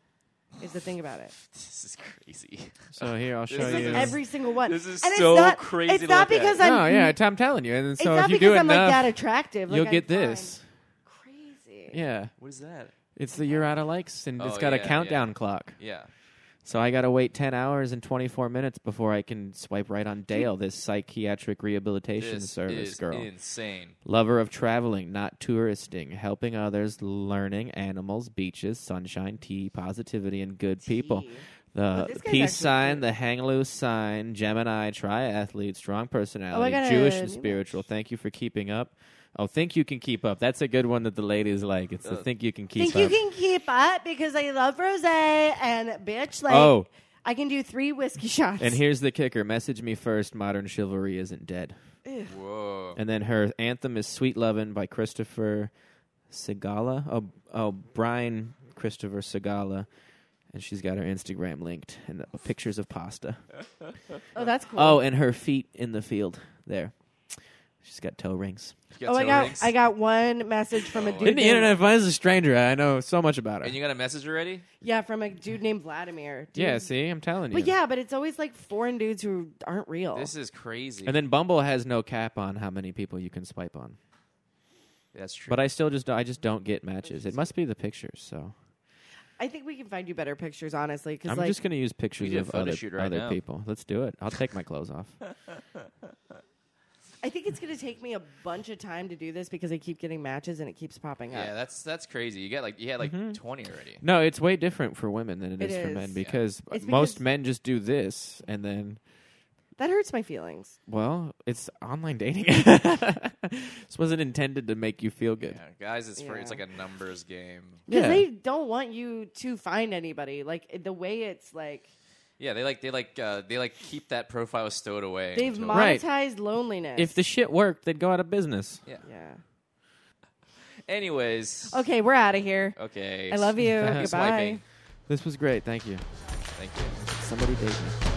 C: is the thing about it.
A: this is crazy.
B: So here I'll show
A: This
B: you
A: is
C: Like, every single one.
A: This is
C: and
A: so
C: it's not,
A: crazy
C: It's
A: to
C: not
A: look at.
C: because I'm.
B: No, yeah, t- I'm telling you. And
C: It's
B: so
C: not
B: if you
C: because
B: do
C: I'm
B: enough,
C: like that attractive. Like,
B: you'll get
C: I'm fine.
B: this.
C: Crazy.
B: Yeah,
A: What is that?
B: it's the you're out of likes, and it's
A: Oh,
B: got
A: yeah,
B: a
A: yeah.
B: countdown clock.
A: Yeah.
B: So I gotta wait ten hours and twenty four minutes before I can swipe right on Dale, this psychiatric rehabilitation
A: This
B: service
A: is
B: girl,
A: insane.
B: lover of traveling, not touristing, helping others, learning, animals, beaches, sunshine, tea, positivity, and good people.
C: Tea.
B: The
C: this guy's
B: peace
C: actually
B: sign,
C: cute.
B: the hang loose sign, Gemini, triathlete, strong personality,
C: Oh, got a
B: Jewish and
C: new
B: spiritual. Thank you for keeping up. Oh, think you can keep up. That's a good one that the ladies like. It's the
A: Uh,
B: think you can keep
C: Think
B: up.
C: you can keep up because I love rose and bitch, like,
B: Oh.
C: I can do three whiskey shots.
B: and here's the kicker: message me first. Modern chivalry isn't dead.
A: Whoa.
B: And then her anthem is "Sweet Lovin'" by Christopher Segala. Oh, oh, Brian Christopher Segala. And she's got her Instagram linked and the pictures of pasta.
C: oh, that's cool.
B: Oh, and her feet in the field. There, she's got toe rings.
A: You got
C: Oh, I
A: toe
C: got
A: rings?
C: I got one message from a dude.
B: In the
C: named-
B: internet finds a stranger. I know so much about her.
A: And you got a message already?
C: Yeah, from a dude named Vladimir. Dude.
B: yeah, see, I'm telling you.
C: But yeah, but it's always like foreign dudes who aren't real.
A: This is crazy.
B: Oh. And then Bumble has no cap on how many people you can swipe on.
A: That's true.
B: But I still just I just don't get matches. It must be the pictures. So
C: I think we can find you better pictures, honestly. Because
B: I'm
C: like,
B: just gonna use
A: We
B: pictures
A: did a
B: of
A: photo
B: other,
A: shoot right
B: other
A: now.
B: people. Let's do it. I'll take my clothes off.
C: I think it's gonna take me a bunch of time to do this because I keep getting matches and it keeps popping up.
A: yeah, that's that's crazy. You got like you had like
B: Mm-hmm.
A: 20 already.
B: No, it's way different for women than
C: It
B: it is, for
C: is.
B: men
C: Yeah.
B: because
C: It's
B: most
C: because-
B: men just do this and then
C: That hurts my feelings.
B: well, it's online dating. this wasn't intended to make you feel good.
A: Yeah, guys, it's for, it's
C: Yeah.
A: like a numbers game.
C: Because
B: Yeah.
C: they don't want you to find anybody. Like the way it's like
A: Yeah, they like they like uh, they like keep that profile stowed away.
C: they've
A: until-
B: Right.
C: monetized loneliness.
B: If the shit worked, they'd go out of business.
A: yeah.
C: yeah.
A: Anyways.
C: Okay, we're out of here.
A: Okay.
C: I love you.
A: Happy
C: Goodbye.
A: swiping.
B: This was great. Thank you.
A: Thank you.
B: Somebody date me.